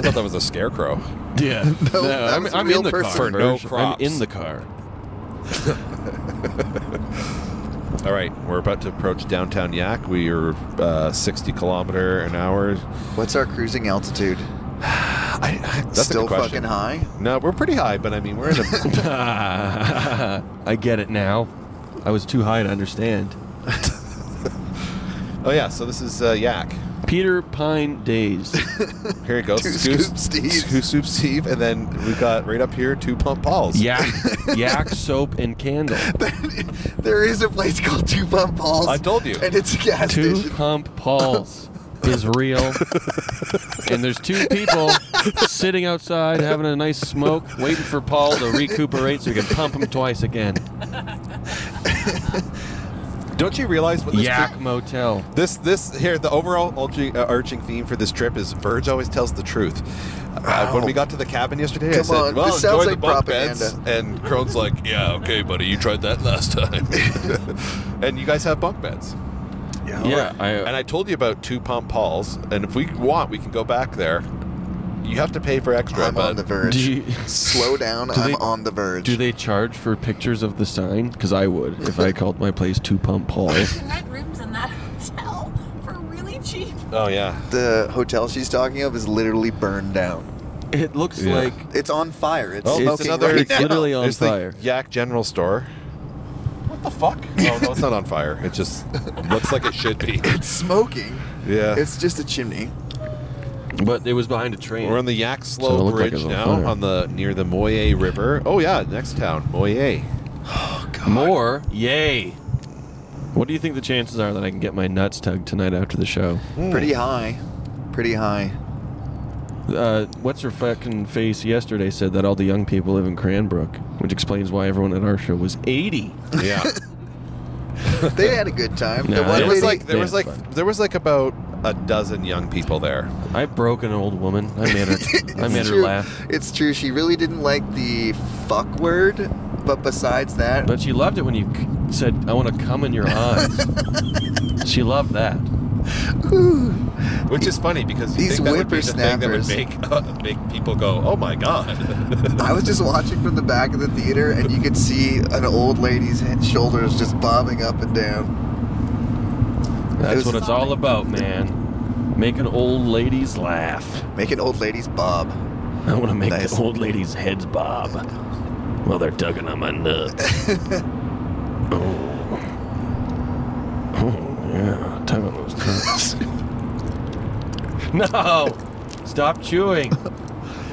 [SPEAKER 4] thought that was a scarecrow.
[SPEAKER 3] Yeah.
[SPEAKER 5] No, that
[SPEAKER 3] I'm,
[SPEAKER 5] was a
[SPEAKER 3] I'm
[SPEAKER 5] real
[SPEAKER 3] in the
[SPEAKER 5] person.
[SPEAKER 3] car.
[SPEAKER 5] For
[SPEAKER 4] no
[SPEAKER 3] Merge.
[SPEAKER 4] crops.
[SPEAKER 3] I'm in the car.
[SPEAKER 4] All right, we're about to approach downtown Yak. We are uh, 60 kilometer an hour.
[SPEAKER 5] What's our cruising altitude?
[SPEAKER 4] I, I, that's a
[SPEAKER 5] Still
[SPEAKER 4] good question.
[SPEAKER 5] fucking high.
[SPEAKER 4] No, we're pretty high, but I mean, we're in a
[SPEAKER 3] I get it now. I was too high to understand.
[SPEAKER 4] Oh yeah, so this is uh, Yak.
[SPEAKER 3] Peter Pine Days.
[SPEAKER 4] Here it goes.
[SPEAKER 5] Two Scoop Steves.
[SPEAKER 4] Two Scoop Steve, and then we've got right up here two Pump Pauls.
[SPEAKER 3] Yak, yak soap and candle.
[SPEAKER 5] there is a place called Two Pump Paul's.
[SPEAKER 4] I told you.
[SPEAKER 5] And it's a gas
[SPEAKER 3] Two
[SPEAKER 5] station.
[SPEAKER 3] pump Pauls is real. And there's two people sitting outside having a nice smoke, waiting for Paul to recuperate so we can pump him twice again.
[SPEAKER 4] Don't you realize what this
[SPEAKER 3] Yak Motel.
[SPEAKER 4] This this here the overall arching, uh, arching theme for this trip is Verge always tells the truth. Uh, when we got to the cabin yesterday, I
[SPEAKER 5] Come
[SPEAKER 4] said,
[SPEAKER 5] on,
[SPEAKER 4] "Well,
[SPEAKER 5] this
[SPEAKER 4] enjoy
[SPEAKER 5] sounds
[SPEAKER 4] the
[SPEAKER 5] like
[SPEAKER 4] bunk
[SPEAKER 5] propaganda."
[SPEAKER 4] beds," and Crone's like, "Yeah, okay, buddy, you tried that last time." and you guys have bunk beds,
[SPEAKER 3] Yeah,
[SPEAKER 4] and
[SPEAKER 3] I, uh,
[SPEAKER 4] I told you about two pump Pauls, and if we want, we can go back there. You have to pay for extra,
[SPEAKER 5] I'm
[SPEAKER 4] but
[SPEAKER 5] on the verge.
[SPEAKER 3] do you,
[SPEAKER 5] Slow down. I'm
[SPEAKER 3] they-
[SPEAKER 5] on the verge.
[SPEAKER 3] do they charge for pictures of the sign? Because I would if I called my place Two Pump Paul's.
[SPEAKER 6] You can rent rooms in that hotel for really cheap.
[SPEAKER 4] oh yeah,
[SPEAKER 5] the hotel she's talking of is literally burned down.
[SPEAKER 3] It looks
[SPEAKER 4] Yeah.
[SPEAKER 3] like
[SPEAKER 5] It's on fire. It's
[SPEAKER 4] Oh,
[SPEAKER 5] smoking
[SPEAKER 4] it's another.
[SPEAKER 5] right
[SPEAKER 3] it's
[SPEAKER 5] now.
[SPEAKER 3] literally on
[SPEAKER 4] there's the
[SPEAKER 3] fire.
[SPEAKER 4] Yak General Store. What the fuck? Oh no, it's not on fire. It just looks like it should be.
[SPEAKER 5] It's smoking.
[SPEAKER 4] Yeah.
[SPEAKER 5] It's just a chimney.
[SPEAKER 3] but it was behind a train.
[SPEAKER 4] We're on the Yak
[SPEAKER 3] So it
[SPEAKER 4] Slow
[SPEAKER 3] looked like it was
[SPEAKER 4] Bridge
[SPEAKER 3] on
[SPEAKER 4] now,
[SPEAKER 3] fire.
[SPEAKER 4] on the near the Moye River. Oh yeah, next town, Moye.
[SPEAKER 3] More? Yay. What do you think the chances are that I can get my nuts tugged tonight after the show?
[SPEAKER 5] Pretty high. Pretty high.
[SPEAKER 3] Uh, what's her fucking face yesterday said that all the young people live in Cranbrook, which explains why everyone at our show was 80.
[SPEAKER 4] Yeah,
[SPEAKER 5] They had a good time.
[SPEAKER 3] No,
[SPEAKER 5] the one
[SPEAKER 3] it
[SPEAKER 4] there
[SPEAKER 5] lady,
[SPEAKER 4] was like there
[SPEAKER 3] Yeah,
[SPEAKER 4] was like
[SPEAKER 3] fine.
[SPEAKER 4] there was like about a dozen young people there.
[SPEAKER 3] I broke an old woman. I made her. I
[SPEAKER 5] It's
[SPEAKER 3] made her
[SPEAKER 5] true.
[SPEAKER 3] laugh.
[SPEAKER 5] It's true. She really didn't like the fuck word, but besides that,
[SPEAKER 3] But she loved it when you c- said, "I want to come in your eyes." she loved that.
[SPEAKER 4] Which is funny because you
[SPEAKER 5] These
[SPEAKER 4] think that would be the thing that would
[SPEAKER 5] whippersnappers.
[SPEAKER 4] make make people go, oh my god.
[SPEAKER 5] I was just watching from the back of the theater, and you could see an old lady's head, shoulders just bobbing up and down.
[SPEAKER 3] That's
[SPEAKER 5] was-
[SPEAKER 3] what it's all about, man. Making old ladies laugh.
[SPEAKER 5] Making old ladies bob.
[SPEAKER 3] I want to make
[SPEAKER 5] Nice.
[SPEAKER 3] the old ladies' heads bob.
[SPEAKER 7] Well, they're tugging on my nuts. oh. oh, yeah, tug on those nuts.
[SPEAKER 3] No! Stop chewing.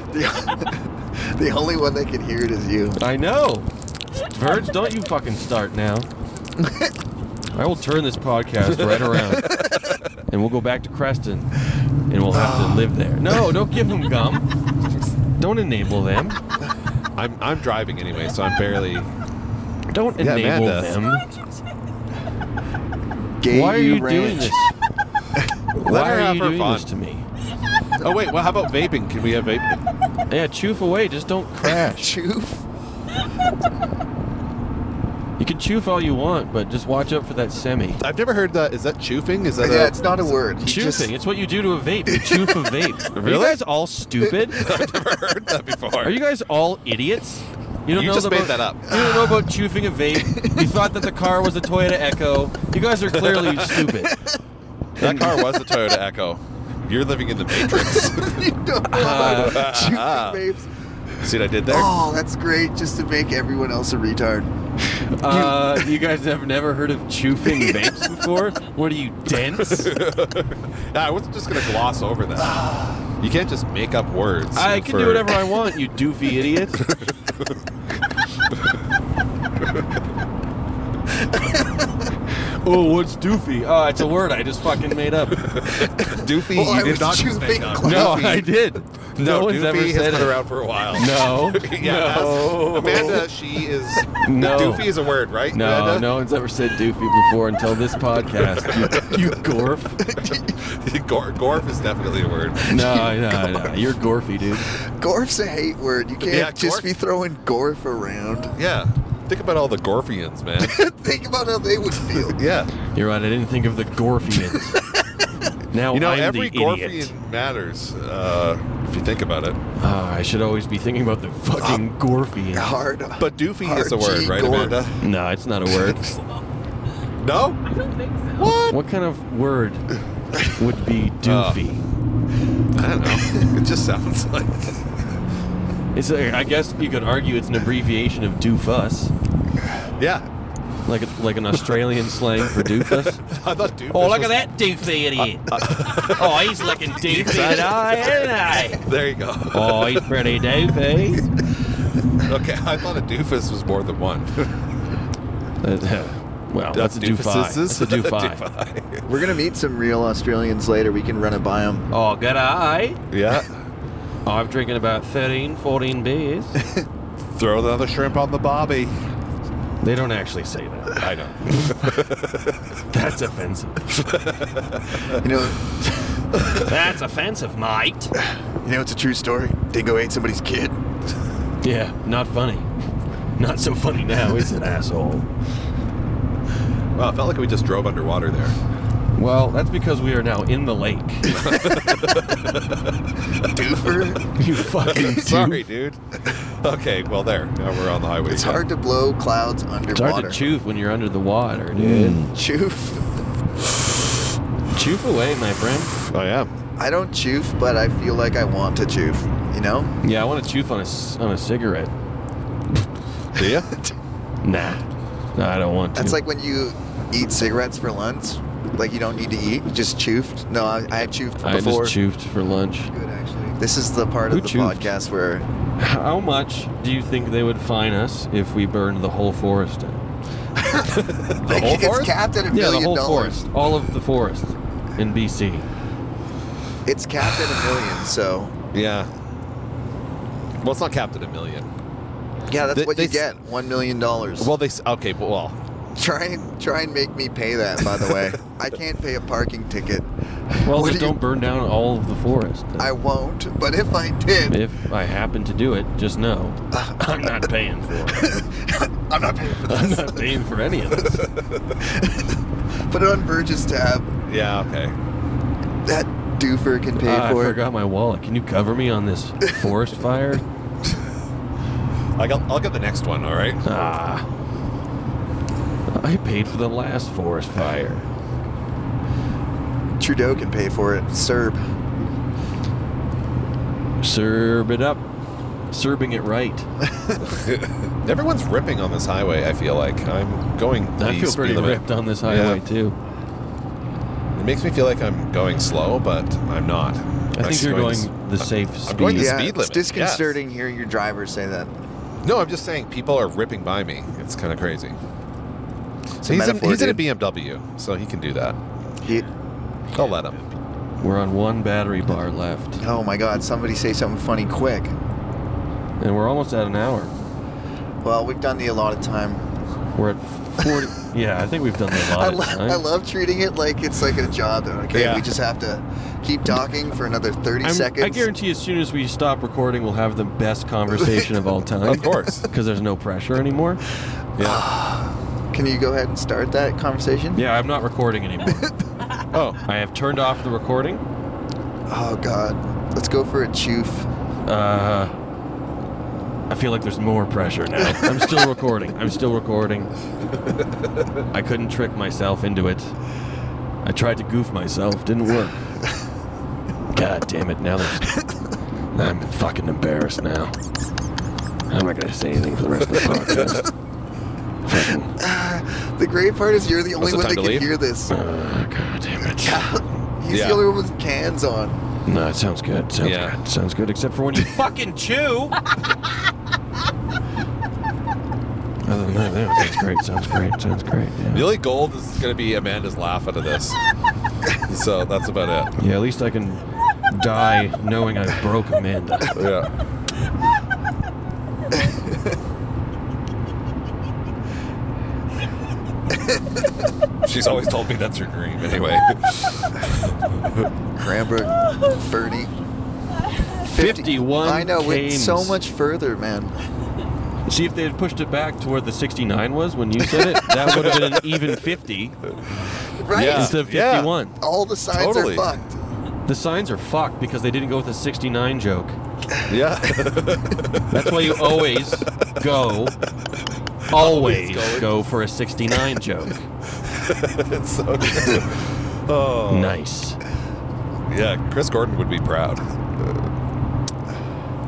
[SPEAKER 5] The only one that can hear it is you.
[SPEAKER 3] I know. Verge, don't you fucking start now. I will turn this podcast right around. And we'll go back to Creston. And we'll have to live there. No, don't give them gum. Don't enable them.
[SPEAKER 4] I'm, I'm driving anyway, so I'm barely. oh,
[SPEAKER 3] Don't
[SPEAKER 4] Yeah,
[SPEAKER 3] enable
[SPEAKER 4] Amanda.
[SPEAKER 3] them.
[SPEAKER 5] Gay
[SPEAKER 3] Why are
[SPEAKER 5] you
[SPEAKER 3] you doing
[SPEAKER 5] ranch.
[SPEAKER 3] this?
[SPEAKER 4] Let
[SPEAKER 3] Why
[SPEAKER 4] her
[SPEAKER 3] are
[SPEAKER 4] have
[SPEAKER 3] you
[SPEAKER 4] her
[SPEAKER 3] doing
[SPEAKER 4] fun.
[SPEAKER 3] this to me?
[SPEAKER 4] Oh wait, well, how about vaping? Can we have vaping?
[SPEAKER 3] Yeah, choof away. Just don't crash.
[SPEAKER 5] Choof.
[SPEAKER 3] You can choof all you want, but just watch out for that semi.
[SPEAKER 4] I've never heard that. Is that choofing? Is that
[SPEAKER 5] Yeah,
[SPEAKER 4] a,
[SPEAKER 5] it's not a word. He
[SPEAKER 3] Choofing.
[SPEAKER 5] just-
[SPEAKER 3] it's what you do to a vape. You choof a vape. Are you
[SPEAKER 4] Really?
[SPEAKER 3] guys all stupid?
[SPEAKER 4] heard that before?
[SPEAKER 3] Are you guys all idiots? don't
[SPEAKER 4] You just made that up.
[SPEAKER 3] You don't know about choofing a vape. You thought that the car was a Toyota Echo. You guys are clearly stupid.
[SPEAKER 4] that car was a Toyota Echo. You're living in the Matrix.
[SPEAKER 5] you don't know about choofing babes.
[SPEAKER 4] See what I did there?
[SPEAKER 5] Oh, that's great. Just to make everyone else a retard.
[SPEAKER 3] Uh, you guys have never heard of choofing vapes before? What are you, dense?
[SPEAKER 4] Nah, I wasn't just gonna gloss over that. You can't just make up words.
[SPEAKER 3] I can do
[SPEAKER 4] for-
[SPEAKER 3] whatever I want, you doofy idiot. oh, what's doofy? Oh, it's a word I just fucking made up.
[SPEAKER 4] Doofy,
[SPEAKER 5] Well, I
[SPEAKER 4] you did
[SPEAKER 5] was
[SPEAKER 4] not just
[SPEAKER 5] choofing
[SPEAKER 4] make up.
[SPEAKER 5] class.
[SPEAKER 3] No, I did. No,
[SPEAKER 4] No,
[SPEAKER 3] one's
[SPEAKER 4] Doofy
[SPEAKER 3] ever
[SPEAKER 4] has
[SPEAKER 3] said
[SPEAKER 4] been
[SPEAKER 3] it.
[SPEAKER 4] around for a while.
[SPEAKER 3] No.
[SPEAKER 4] yeah,
[SPEAKER 3] no.
[SPEAKER 4] that's- Amanda, she is.
[SPEAKER 3] No.
[SPEAKER 4] Doofy is a word, right?
[SPEAKER 3] No,
[SPEAKER 4] Amanda?
[SPEAKER 3] no one's ever said doofy before until this podcast. You, you gorf.
[SPEAKER 4] Gor- Gorf is definitely a word.
[SPEAKER 3] No, no, no. You're gorfy, dude.
[SPEAKER 5] Gorf's a hate word. You can't
[SPEAKER 4] Yeah,
[SPEAKER 5] just
[SPEAKER 4] gorf.
[SPEAKER 5] be throwing gorf around.
[SPEAKER 4] Yeah. Think about all the Gorfians, man.
[SPEAKER 5] Think about how they would feel.
[SPEAKER 4] yeah.
[SPEAKER 3] You're right. I didn't think of the gorfians. Now
[SPEAKER 4] You know,
[SPEAKER 3] Oh, I'm
[SPEAKER 4] every
[SPEAKER 3] the
[SPEAKER 4] Gorfian
[SPEAKER 3] idiot.
[SPEAKER 4] matters uh, if you think about it.
[SPEAKER 3] Ah, I should always be thinking about the fucking gorfians.
[SPEAKER 5] Hard.
[SPEAKER 4] But doofy is a word,
[SPEAKER 5] RG
[SPEAKER 4] right,
[SPEAKER 5] Gorf.
[SPEAKER 4] Amanda?
[SPEAKER 3] No, it's not a word.
[SPEAKER 4] No?
[SPEAKER 6] I don't think so.
[SPEAKER 3] What kind of word would be doofy?
[SPEAKER 7] Uh.
[SPEAKER 4] I don't know. It just sounds like.
[SPEAKER 3] It's a, I guess you could argue it's an abbreviation of doofus,
[SPEAKER 4] Yeah.
[SPEAKER 3] like a, like an Australian slang for doofus.
[SPEAKER 4] I thought doofus.
[SPEAKER 7] Oh, look at
[SPEAKER 4] was-
[SPEAKER 7] that doofy idiot. oh, he's looking doofy today, isn't he?
[SPEAKER 4] There you go.
[SPEAKER 7] Oh, he's pretty doofy.
[SPEAKER 4] Okay, I thought a doofus was more than one.
[SPEAKER 3] well, that's a doofy. That's a doofy.
[SPEAKER 5] We're gonna meet some real Australians later. We can run it by them.
[SPEAKER 7] Oh, good eye.
[SPEAKER 4] Yeah.
[SPEAKER 3] I'm drinking about 13, 14 beers.
[SPEAKER 4] Throw another shrimp on the bobby.
[SPEAKER 3] They don't actually say that.
[SPEAKER 4] I know.
[SPEAKER 3] That's offensive.
[SPEAKER 5] You know,
[SPEAKER 7] That's offensive, mate.
[SPEAKER 5] you know it's a true story. Dingo ate somebody's kid.
[SPEAKER 3] Yeah, not funny. Not so funny now, is it, asshole?
[SPEAKER 4] Well, it felt like we just drove underwater there.
[SPEAKER 3] Well, that's because we are now in the lake.
[SPEAKER 5] Doofer.
[SPEAKER 3] You fucking
[SPEAKER 4] Sorry, dude. Okay, well, there. Now we're on the highway.
[SPEAKER 5] It's
[SPEAKER 4] again.
[SPEAKER 5] hard to blow clouds
[SPEAKER 3] It's hard
[SPEAKER 5] underwater.
[SPEAKER 3] to choof when you're under the water, dude.
[SPEAKER 5] Choof.
[SPEAKER 3] Choof away, my friend.
[SPEAKER 4] I am.
[SPEAKER 5] I don't choof, but I feel like I want to choof. You know?
[SPEAKER 3] Yeah, I want to choof on a c- on a cigarette.
[SPEAKER 4] Do you?
[SPEAKER 3] Nah, no, I don't want to.
[SPEAKER 5] That's like when you eat cigarettes for lunch. Like you don't need to eat. You just choofed. No, I, I choofed
[SPEAKER 3] I just
[SPEAKER 5] before.
[SPEAKER 3] choofed for lunch.
[SPEAKER 5] Good actually. This is the part
[SPEAKER 3] Who
[SPEAKER 5] of the
[SPEAKER 3] choofed?
[SPEAKER 5] podcast where
[SPEAKER 3] How much do you think they would fine us if we burned the whole forest down?
[SPEAKER 5] like,
[SPEAKER 4] whole
[SPEAKER 5] it's
[SPEAKER 4] forest?
[SPEAKER 5] capped at a
[SPEAKER 3] Yeah, the
[SPEAKER 5] million
[SPEAKER 3] whole
[SPEAKER 5] dollars.
[SPEAKER 3] forest, all of the forest in BC.
[SPEAKER 5] It's capped at a million, so
[SPEAKER 4] Yeah. Well, it's not capped at a million.
[SPEAKER 5] yeah, that's
[SPEAKER 4] They-
[SPEAKER 5] what
[SPEAKER 4] they
[SPEAKER 5] you
[SPEAKER 4] s-
[SPEAKER 5] get. One million dollars.
[SPEAKER 4] Well, they. s- Okay, but well.
[SPEAKER 5] Try and try and make me pay that. By the way, I can't pay a parking ticket.
[SPEAKER 3] Well,
[SPEAKER 5] What
[SPEAKER 3] just
[SPEAKER 5] do you-
[SPEAKER 3] don't burn down all of the forest.
[SPEAKER 5] I won't. But if I did,
[SPEAKER 3] if I happen to do it, just know
[SPEAKER 7] I'm not paying for it.
[SPEAKER 5] I'm not paying for
[SPEAKER 3] I'm
[SPEAKER 5] this.
[SPEAKER 3] not paying for any of this.
[SPEAKER 5] Put it on Virgil's tab.
[SPEAKER 4] Yeah, okay.
[SPEAKER 5] That doofer can pay
[SPEAKER 3] Ah, I
[SPEAKER 5] for it.
[SPEAKER 3] forgot my wallet. Can you cover me on this forest fire?
[SPEAKER 4] I got, I'll get the next one, all right?
[SPEAKER 3] Ah, I paid for the last forest fire.
[SPEAKER 5] Trudeau can pay for it. Serb.
[SPEAKER 3] Serve it up. serbing it right.
[SPEAKER 4] Everyone's ripping on this highway. I feel like I'm going. The
[SPEAKER 3] I feel
[SPEAKER 4] speed
[SPEAKER 3] pretty
[SPEAKER 4] limit.
[SPEAKER 3] ripped on this highway
[SPEAKER 4] Yeah.
[SPEAKER 3] too.
[SPEAKER 4] It makes me feel like I'm going slow, but I'm not.
[SPEAKER 3] I think you're going the safe
[SPEAKER 4] I'm going
[SPEAKER 3] speed.
[SPEAKER 4] to
[SPEAKER 5] yeah,
[SPEAKER 4] speed
[SPEAKER 5] it's
[SPEAKER 4] limit,
[SPEAKER 5] disconcerting hearing your driver say that.
[SPEAKER 4] No, I'm just saying people are ripping by me. It's kind of crazy. So
[SPEAKER 5] a
[SPEAKER 4] he's, in,
[SPEAKER 5] metaphor,
[SPEAKER 4] he's in a
[SPEAKER 5] dude.
[SPEAKER 4] BMW, so he can do that.
[SPEAKER 5] He-
[SPEAKER 4] I'll let him.
[SPEAKER 3] We're on one battery bar left,
[SPEAKER 5] oh my God! Somebody say something funny quick.
[SPEAKER 3] and we're almost at an hour.
[SPEAKER 5] Well, we've done the allotted time.
[SPEAKER 3] We're at forty. yeah, I think we've done the
[SPEAKER 5] I,
[SPEAKER 3] lot.
[SPEAKER 5] lo- I love treating it like it's like a job. That, okay,
[SPEAKER 4] Yeah.
[SPEAKER 5] we just have to keep talking for another 30
[SPEAKER 3] I'm-
[SPEAKER 5] seconds.
[SPEAKER 3] I guarantee as soon as we stop recording, we'll have the best conversation of all time.
[SPEAKER 4] Of course.
[SPEAKER 3] Because there's no pressure anymore.
[SPEAKER 4] Yeah.
[SPEAKER 5] Can you go ahead and start that conversation?
[SPEAKER 3] Yeah, I'm not recording anymore.
[SPEAKER 4] Oh,
[SPEAKER 3] I have turned off the recording.
[SPEAKER 5] Oh God, let's go for a choof.
[SPEAKER 3] Uh, I feel like there's more pressure now. I'm still recording. I'm still recording. I couldn't trick myself into it. I tried to goof myself. Didn't work. God damn it. Now there's. I'm fucking embarrassed now. I'm not going to say anything for the rest of the podcast. Fucking.
[SPEAKER 5] The great part is you're the only
[SPEAKER 4] the
[SPEAKER 5] one
[SPEAKER 4] time
[SPEAKER 5] that
[SPEAKER 4] to
[SPEAKER 5] can
[SPEAKER 4] leave?
[SPEAKER 5] hear this.
[SPEAKER 3] Uh, God damn it.
[SPEAKER 5] He's
[SPEAKER 4] Yeah.
[SPEAKER 5] the only one with cans on.
[SPEAKER 3] No, it sounds good. Sounds
[SPEAKER 4] Yeah.
[SPEAKER 3] good. Sounds good, except for when you fucking chew. Other than that, that sounds great. Sounds great. Sounds great.
[SPEAKER 4] the
[SPEAKER 3] Yeah.
[SPEAKER 4] only gold is going to be Amanda's laugh out of this. so that's about it.
[SPEAKER 3] yeah, at least I can die knowing I broke Amanda.
[SPEAKER 4] Yeah. She's always told me that's her dream. Anyway,
[SPEAKER 5] Cranbrook, 30.
[SPEAKER 3] 51
[SPEAKER 5] I know, we're
[SPEAKER 3] canes.
[SPEAKER 5] so much further, man.
[SPEAKER 3] See if they had pushed it back to where the 69 was when you said it. That would have been an even 50
[SPEAKER 5] Right?
[SPEAKER 4] Yeah.
[SPEAKER 3] instead of
[SPEAKER 4] Yeah.
[SPEAKER 3] 51.
[SPEAKER 5] All the signs
[SPEAKER 4] Totally.
[SPEAKER 5] are fucked.
[SPEAKER 3] The signs are fucked because they didn't go with the 69 joke.
[SPEAKER 4] yeah.
[SPEAKER 3] That's why you always go, always go for a 69 joke.
[SPEAKER 4] It's so true.
[SPEAKER 3] Oh. Nice.
[SPEAKER 4] Yeah, Chris Gordon would be proud.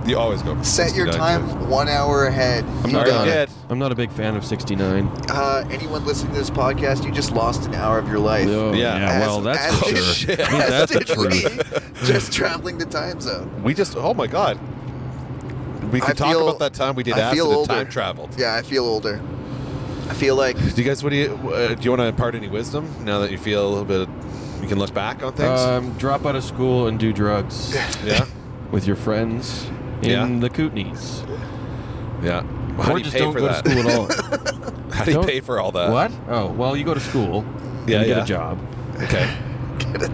[SPEAKER 4] You always go. for
[SPEAKER 5] Set your
[SPEAKER 4] 69
[SPEAKER 5] time
[SPEAKER 4] good.
[SPEAKER 5] one hour ahead.
[SPEAKER 4] I'm
[SPEAKER 5] You
[SPEAKER 4] not
[SPEAKER 5] got
[SPEAKER 4] gonna
[SPEAKER 5] it.
[SPEAKER 4] get.
[SPEAKER 3] I'm not a big fan of 69.
[SPEAKER 5] Uh, anyone listening to this podcast, you just lost an hour of your life.
[SPEAKER 4] Yeah.
[SPEAKER 5] As-
[SPEAKER 3] Oh, well, that's
[SPEAKER 5] as
[SPEAKER 3] for
[SPEAKER 5] did-
[SPEAKER 3] sure.
[SPEAKER 5] as
[SPEAKER 3] that's the
[SPEAKER 5] did
[SPEAKER 3] truth.
[SPEAKER 5] we, just traveling the time zone.
[SPEAKER 4] We just. Oh my god. We could
[SPEAKER 5] I
[SPEAKER 4] talk
[SPEAKER 5] feel-
[SPEAKER 4] about that time we did
[SPEAKER 5] I
[SPEAKER 4] acid
[SPEAKER 5] feel
[SPEAKER 4] and
[SPEAKER 5] older.
[SPEAKER 4] time traveled.
[SPEAKER 5] Yeah, I feel older. I feel like
[SPEAKER 4] Do you guys? What do you? Uh, do you want to impart any wisdom now that you feel a little bit? You can look back on things.
[SPEAKER 3] Um, drop out of school and do drugs
[SPEAKER 4] yeah.
[SPEAKER 3] with your friends in
[SPEAKER 4] Yeah.
[SPEAKER 3] the Kootenays.
[SPEAKER 4] Yeah. How
[SPEAKER 3] or
[SPEAKER 4] do you
[SPEAKER 3] just
[SPEAKER 4] pay
[SPEAKER 3] don't
[SPEAKER 4] for
[SPEAKER 3] go
[SPEAKER 4] that?
[SPEAKER 3] to school at
[SPEAKER 4] How do you
[SPEAKER 3] Don't-
[SPEAKER 4] pay for all that?
[SPEAKER 3] all. what? Oh, well, you go to school.
[SPEAKER 4] Yeah,
[SPEAKER 3] you get
[SPEAKER 4] yeah.
[SPEAKER 3] a job.
[SPEAKER 4] Okay.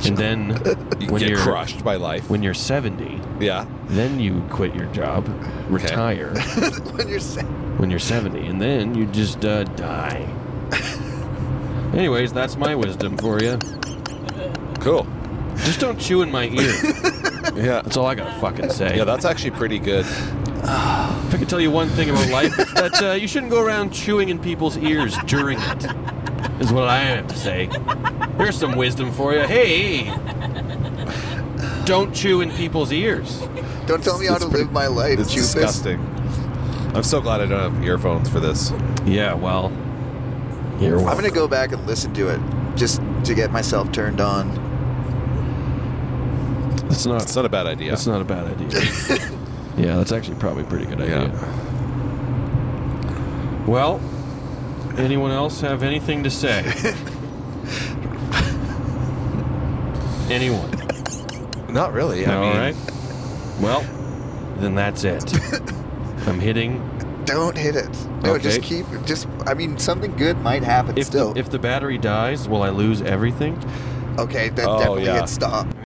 [SPEAKER 3] And then
[SPEAKER 4] You
[SPEAKER 3] when
[SPEAKER 4] get
[SPEAKER 3] you're
[SPEAKER 4] crushed by life.
[SPEAKER 3] when you're 70,
[SPEAKER 4] yeah.
[SPEAKER 3] then you quit your job, retire
[SPEAKER 5] when you're saying
[SPEAKER 3] when you're 70, and then you just uh, die. Anyways, that's my wisdom for you.
[SPEAKER 4] Cool.
[SPEAKER 3] Just don't chew in my ear.
[SPEAKER 4] Yeah.
[SPEAKER 3] That's all I gotta fucking say.
[SPEAKER 4] Yeah, that's actually pretty good.
[SPEAKER 3] If I could tell you one thing about life, it's that uh, you shouldn't go around chewing in people's ears during it, is what I have to say. Here's some wisdom for you. Hey, don't chew in people's ears.
[SPEAKER 5] don't tell me how to live my life.
[SPEAKER 4] It's
[SPEAKER 5] Jupus.
[SPEAKER 4] disgusting. I'm so glad I don't have earphones for this.
[SPEAKER 3] Yeah, well, you're
[SPEAKER 5] I'm gonna go back and listen to it just to get myself turned on.
[SPEAKER 3] That's
[SPEAKER 4] It's
[SPEAKER 3] not.
[SPEAKER 4] not a bad idea.
[SPEAKER 3] That's not a bad idea. yeah, that's actually probably a pretty good idea. Well, anyone else have anything to say? anyone?
[SPEAKER 4] Not really. I
[SPEAKER 3] All
[SPEAKER 4] mean,
[SPEAKER 3] right. Well, then that's it. I'm hitting.
[SPEAKER 5] Don't hit it. No, just
[SPEAKER 3] Okay.
[SPEAKER 5] keep. Just I mean, something good might happen
[SPEAKER 3] If
[SPEAKER 5] still.
[SPEAKER 3] the, if the battery dies, will I lose everything?
[SPEAKER 5] okay, that
[SPEAKER 4] Oh,
[SPEAKER 5] definitely
[SPEAKER 4] yeah.
[SPEAKER 5] hit stop.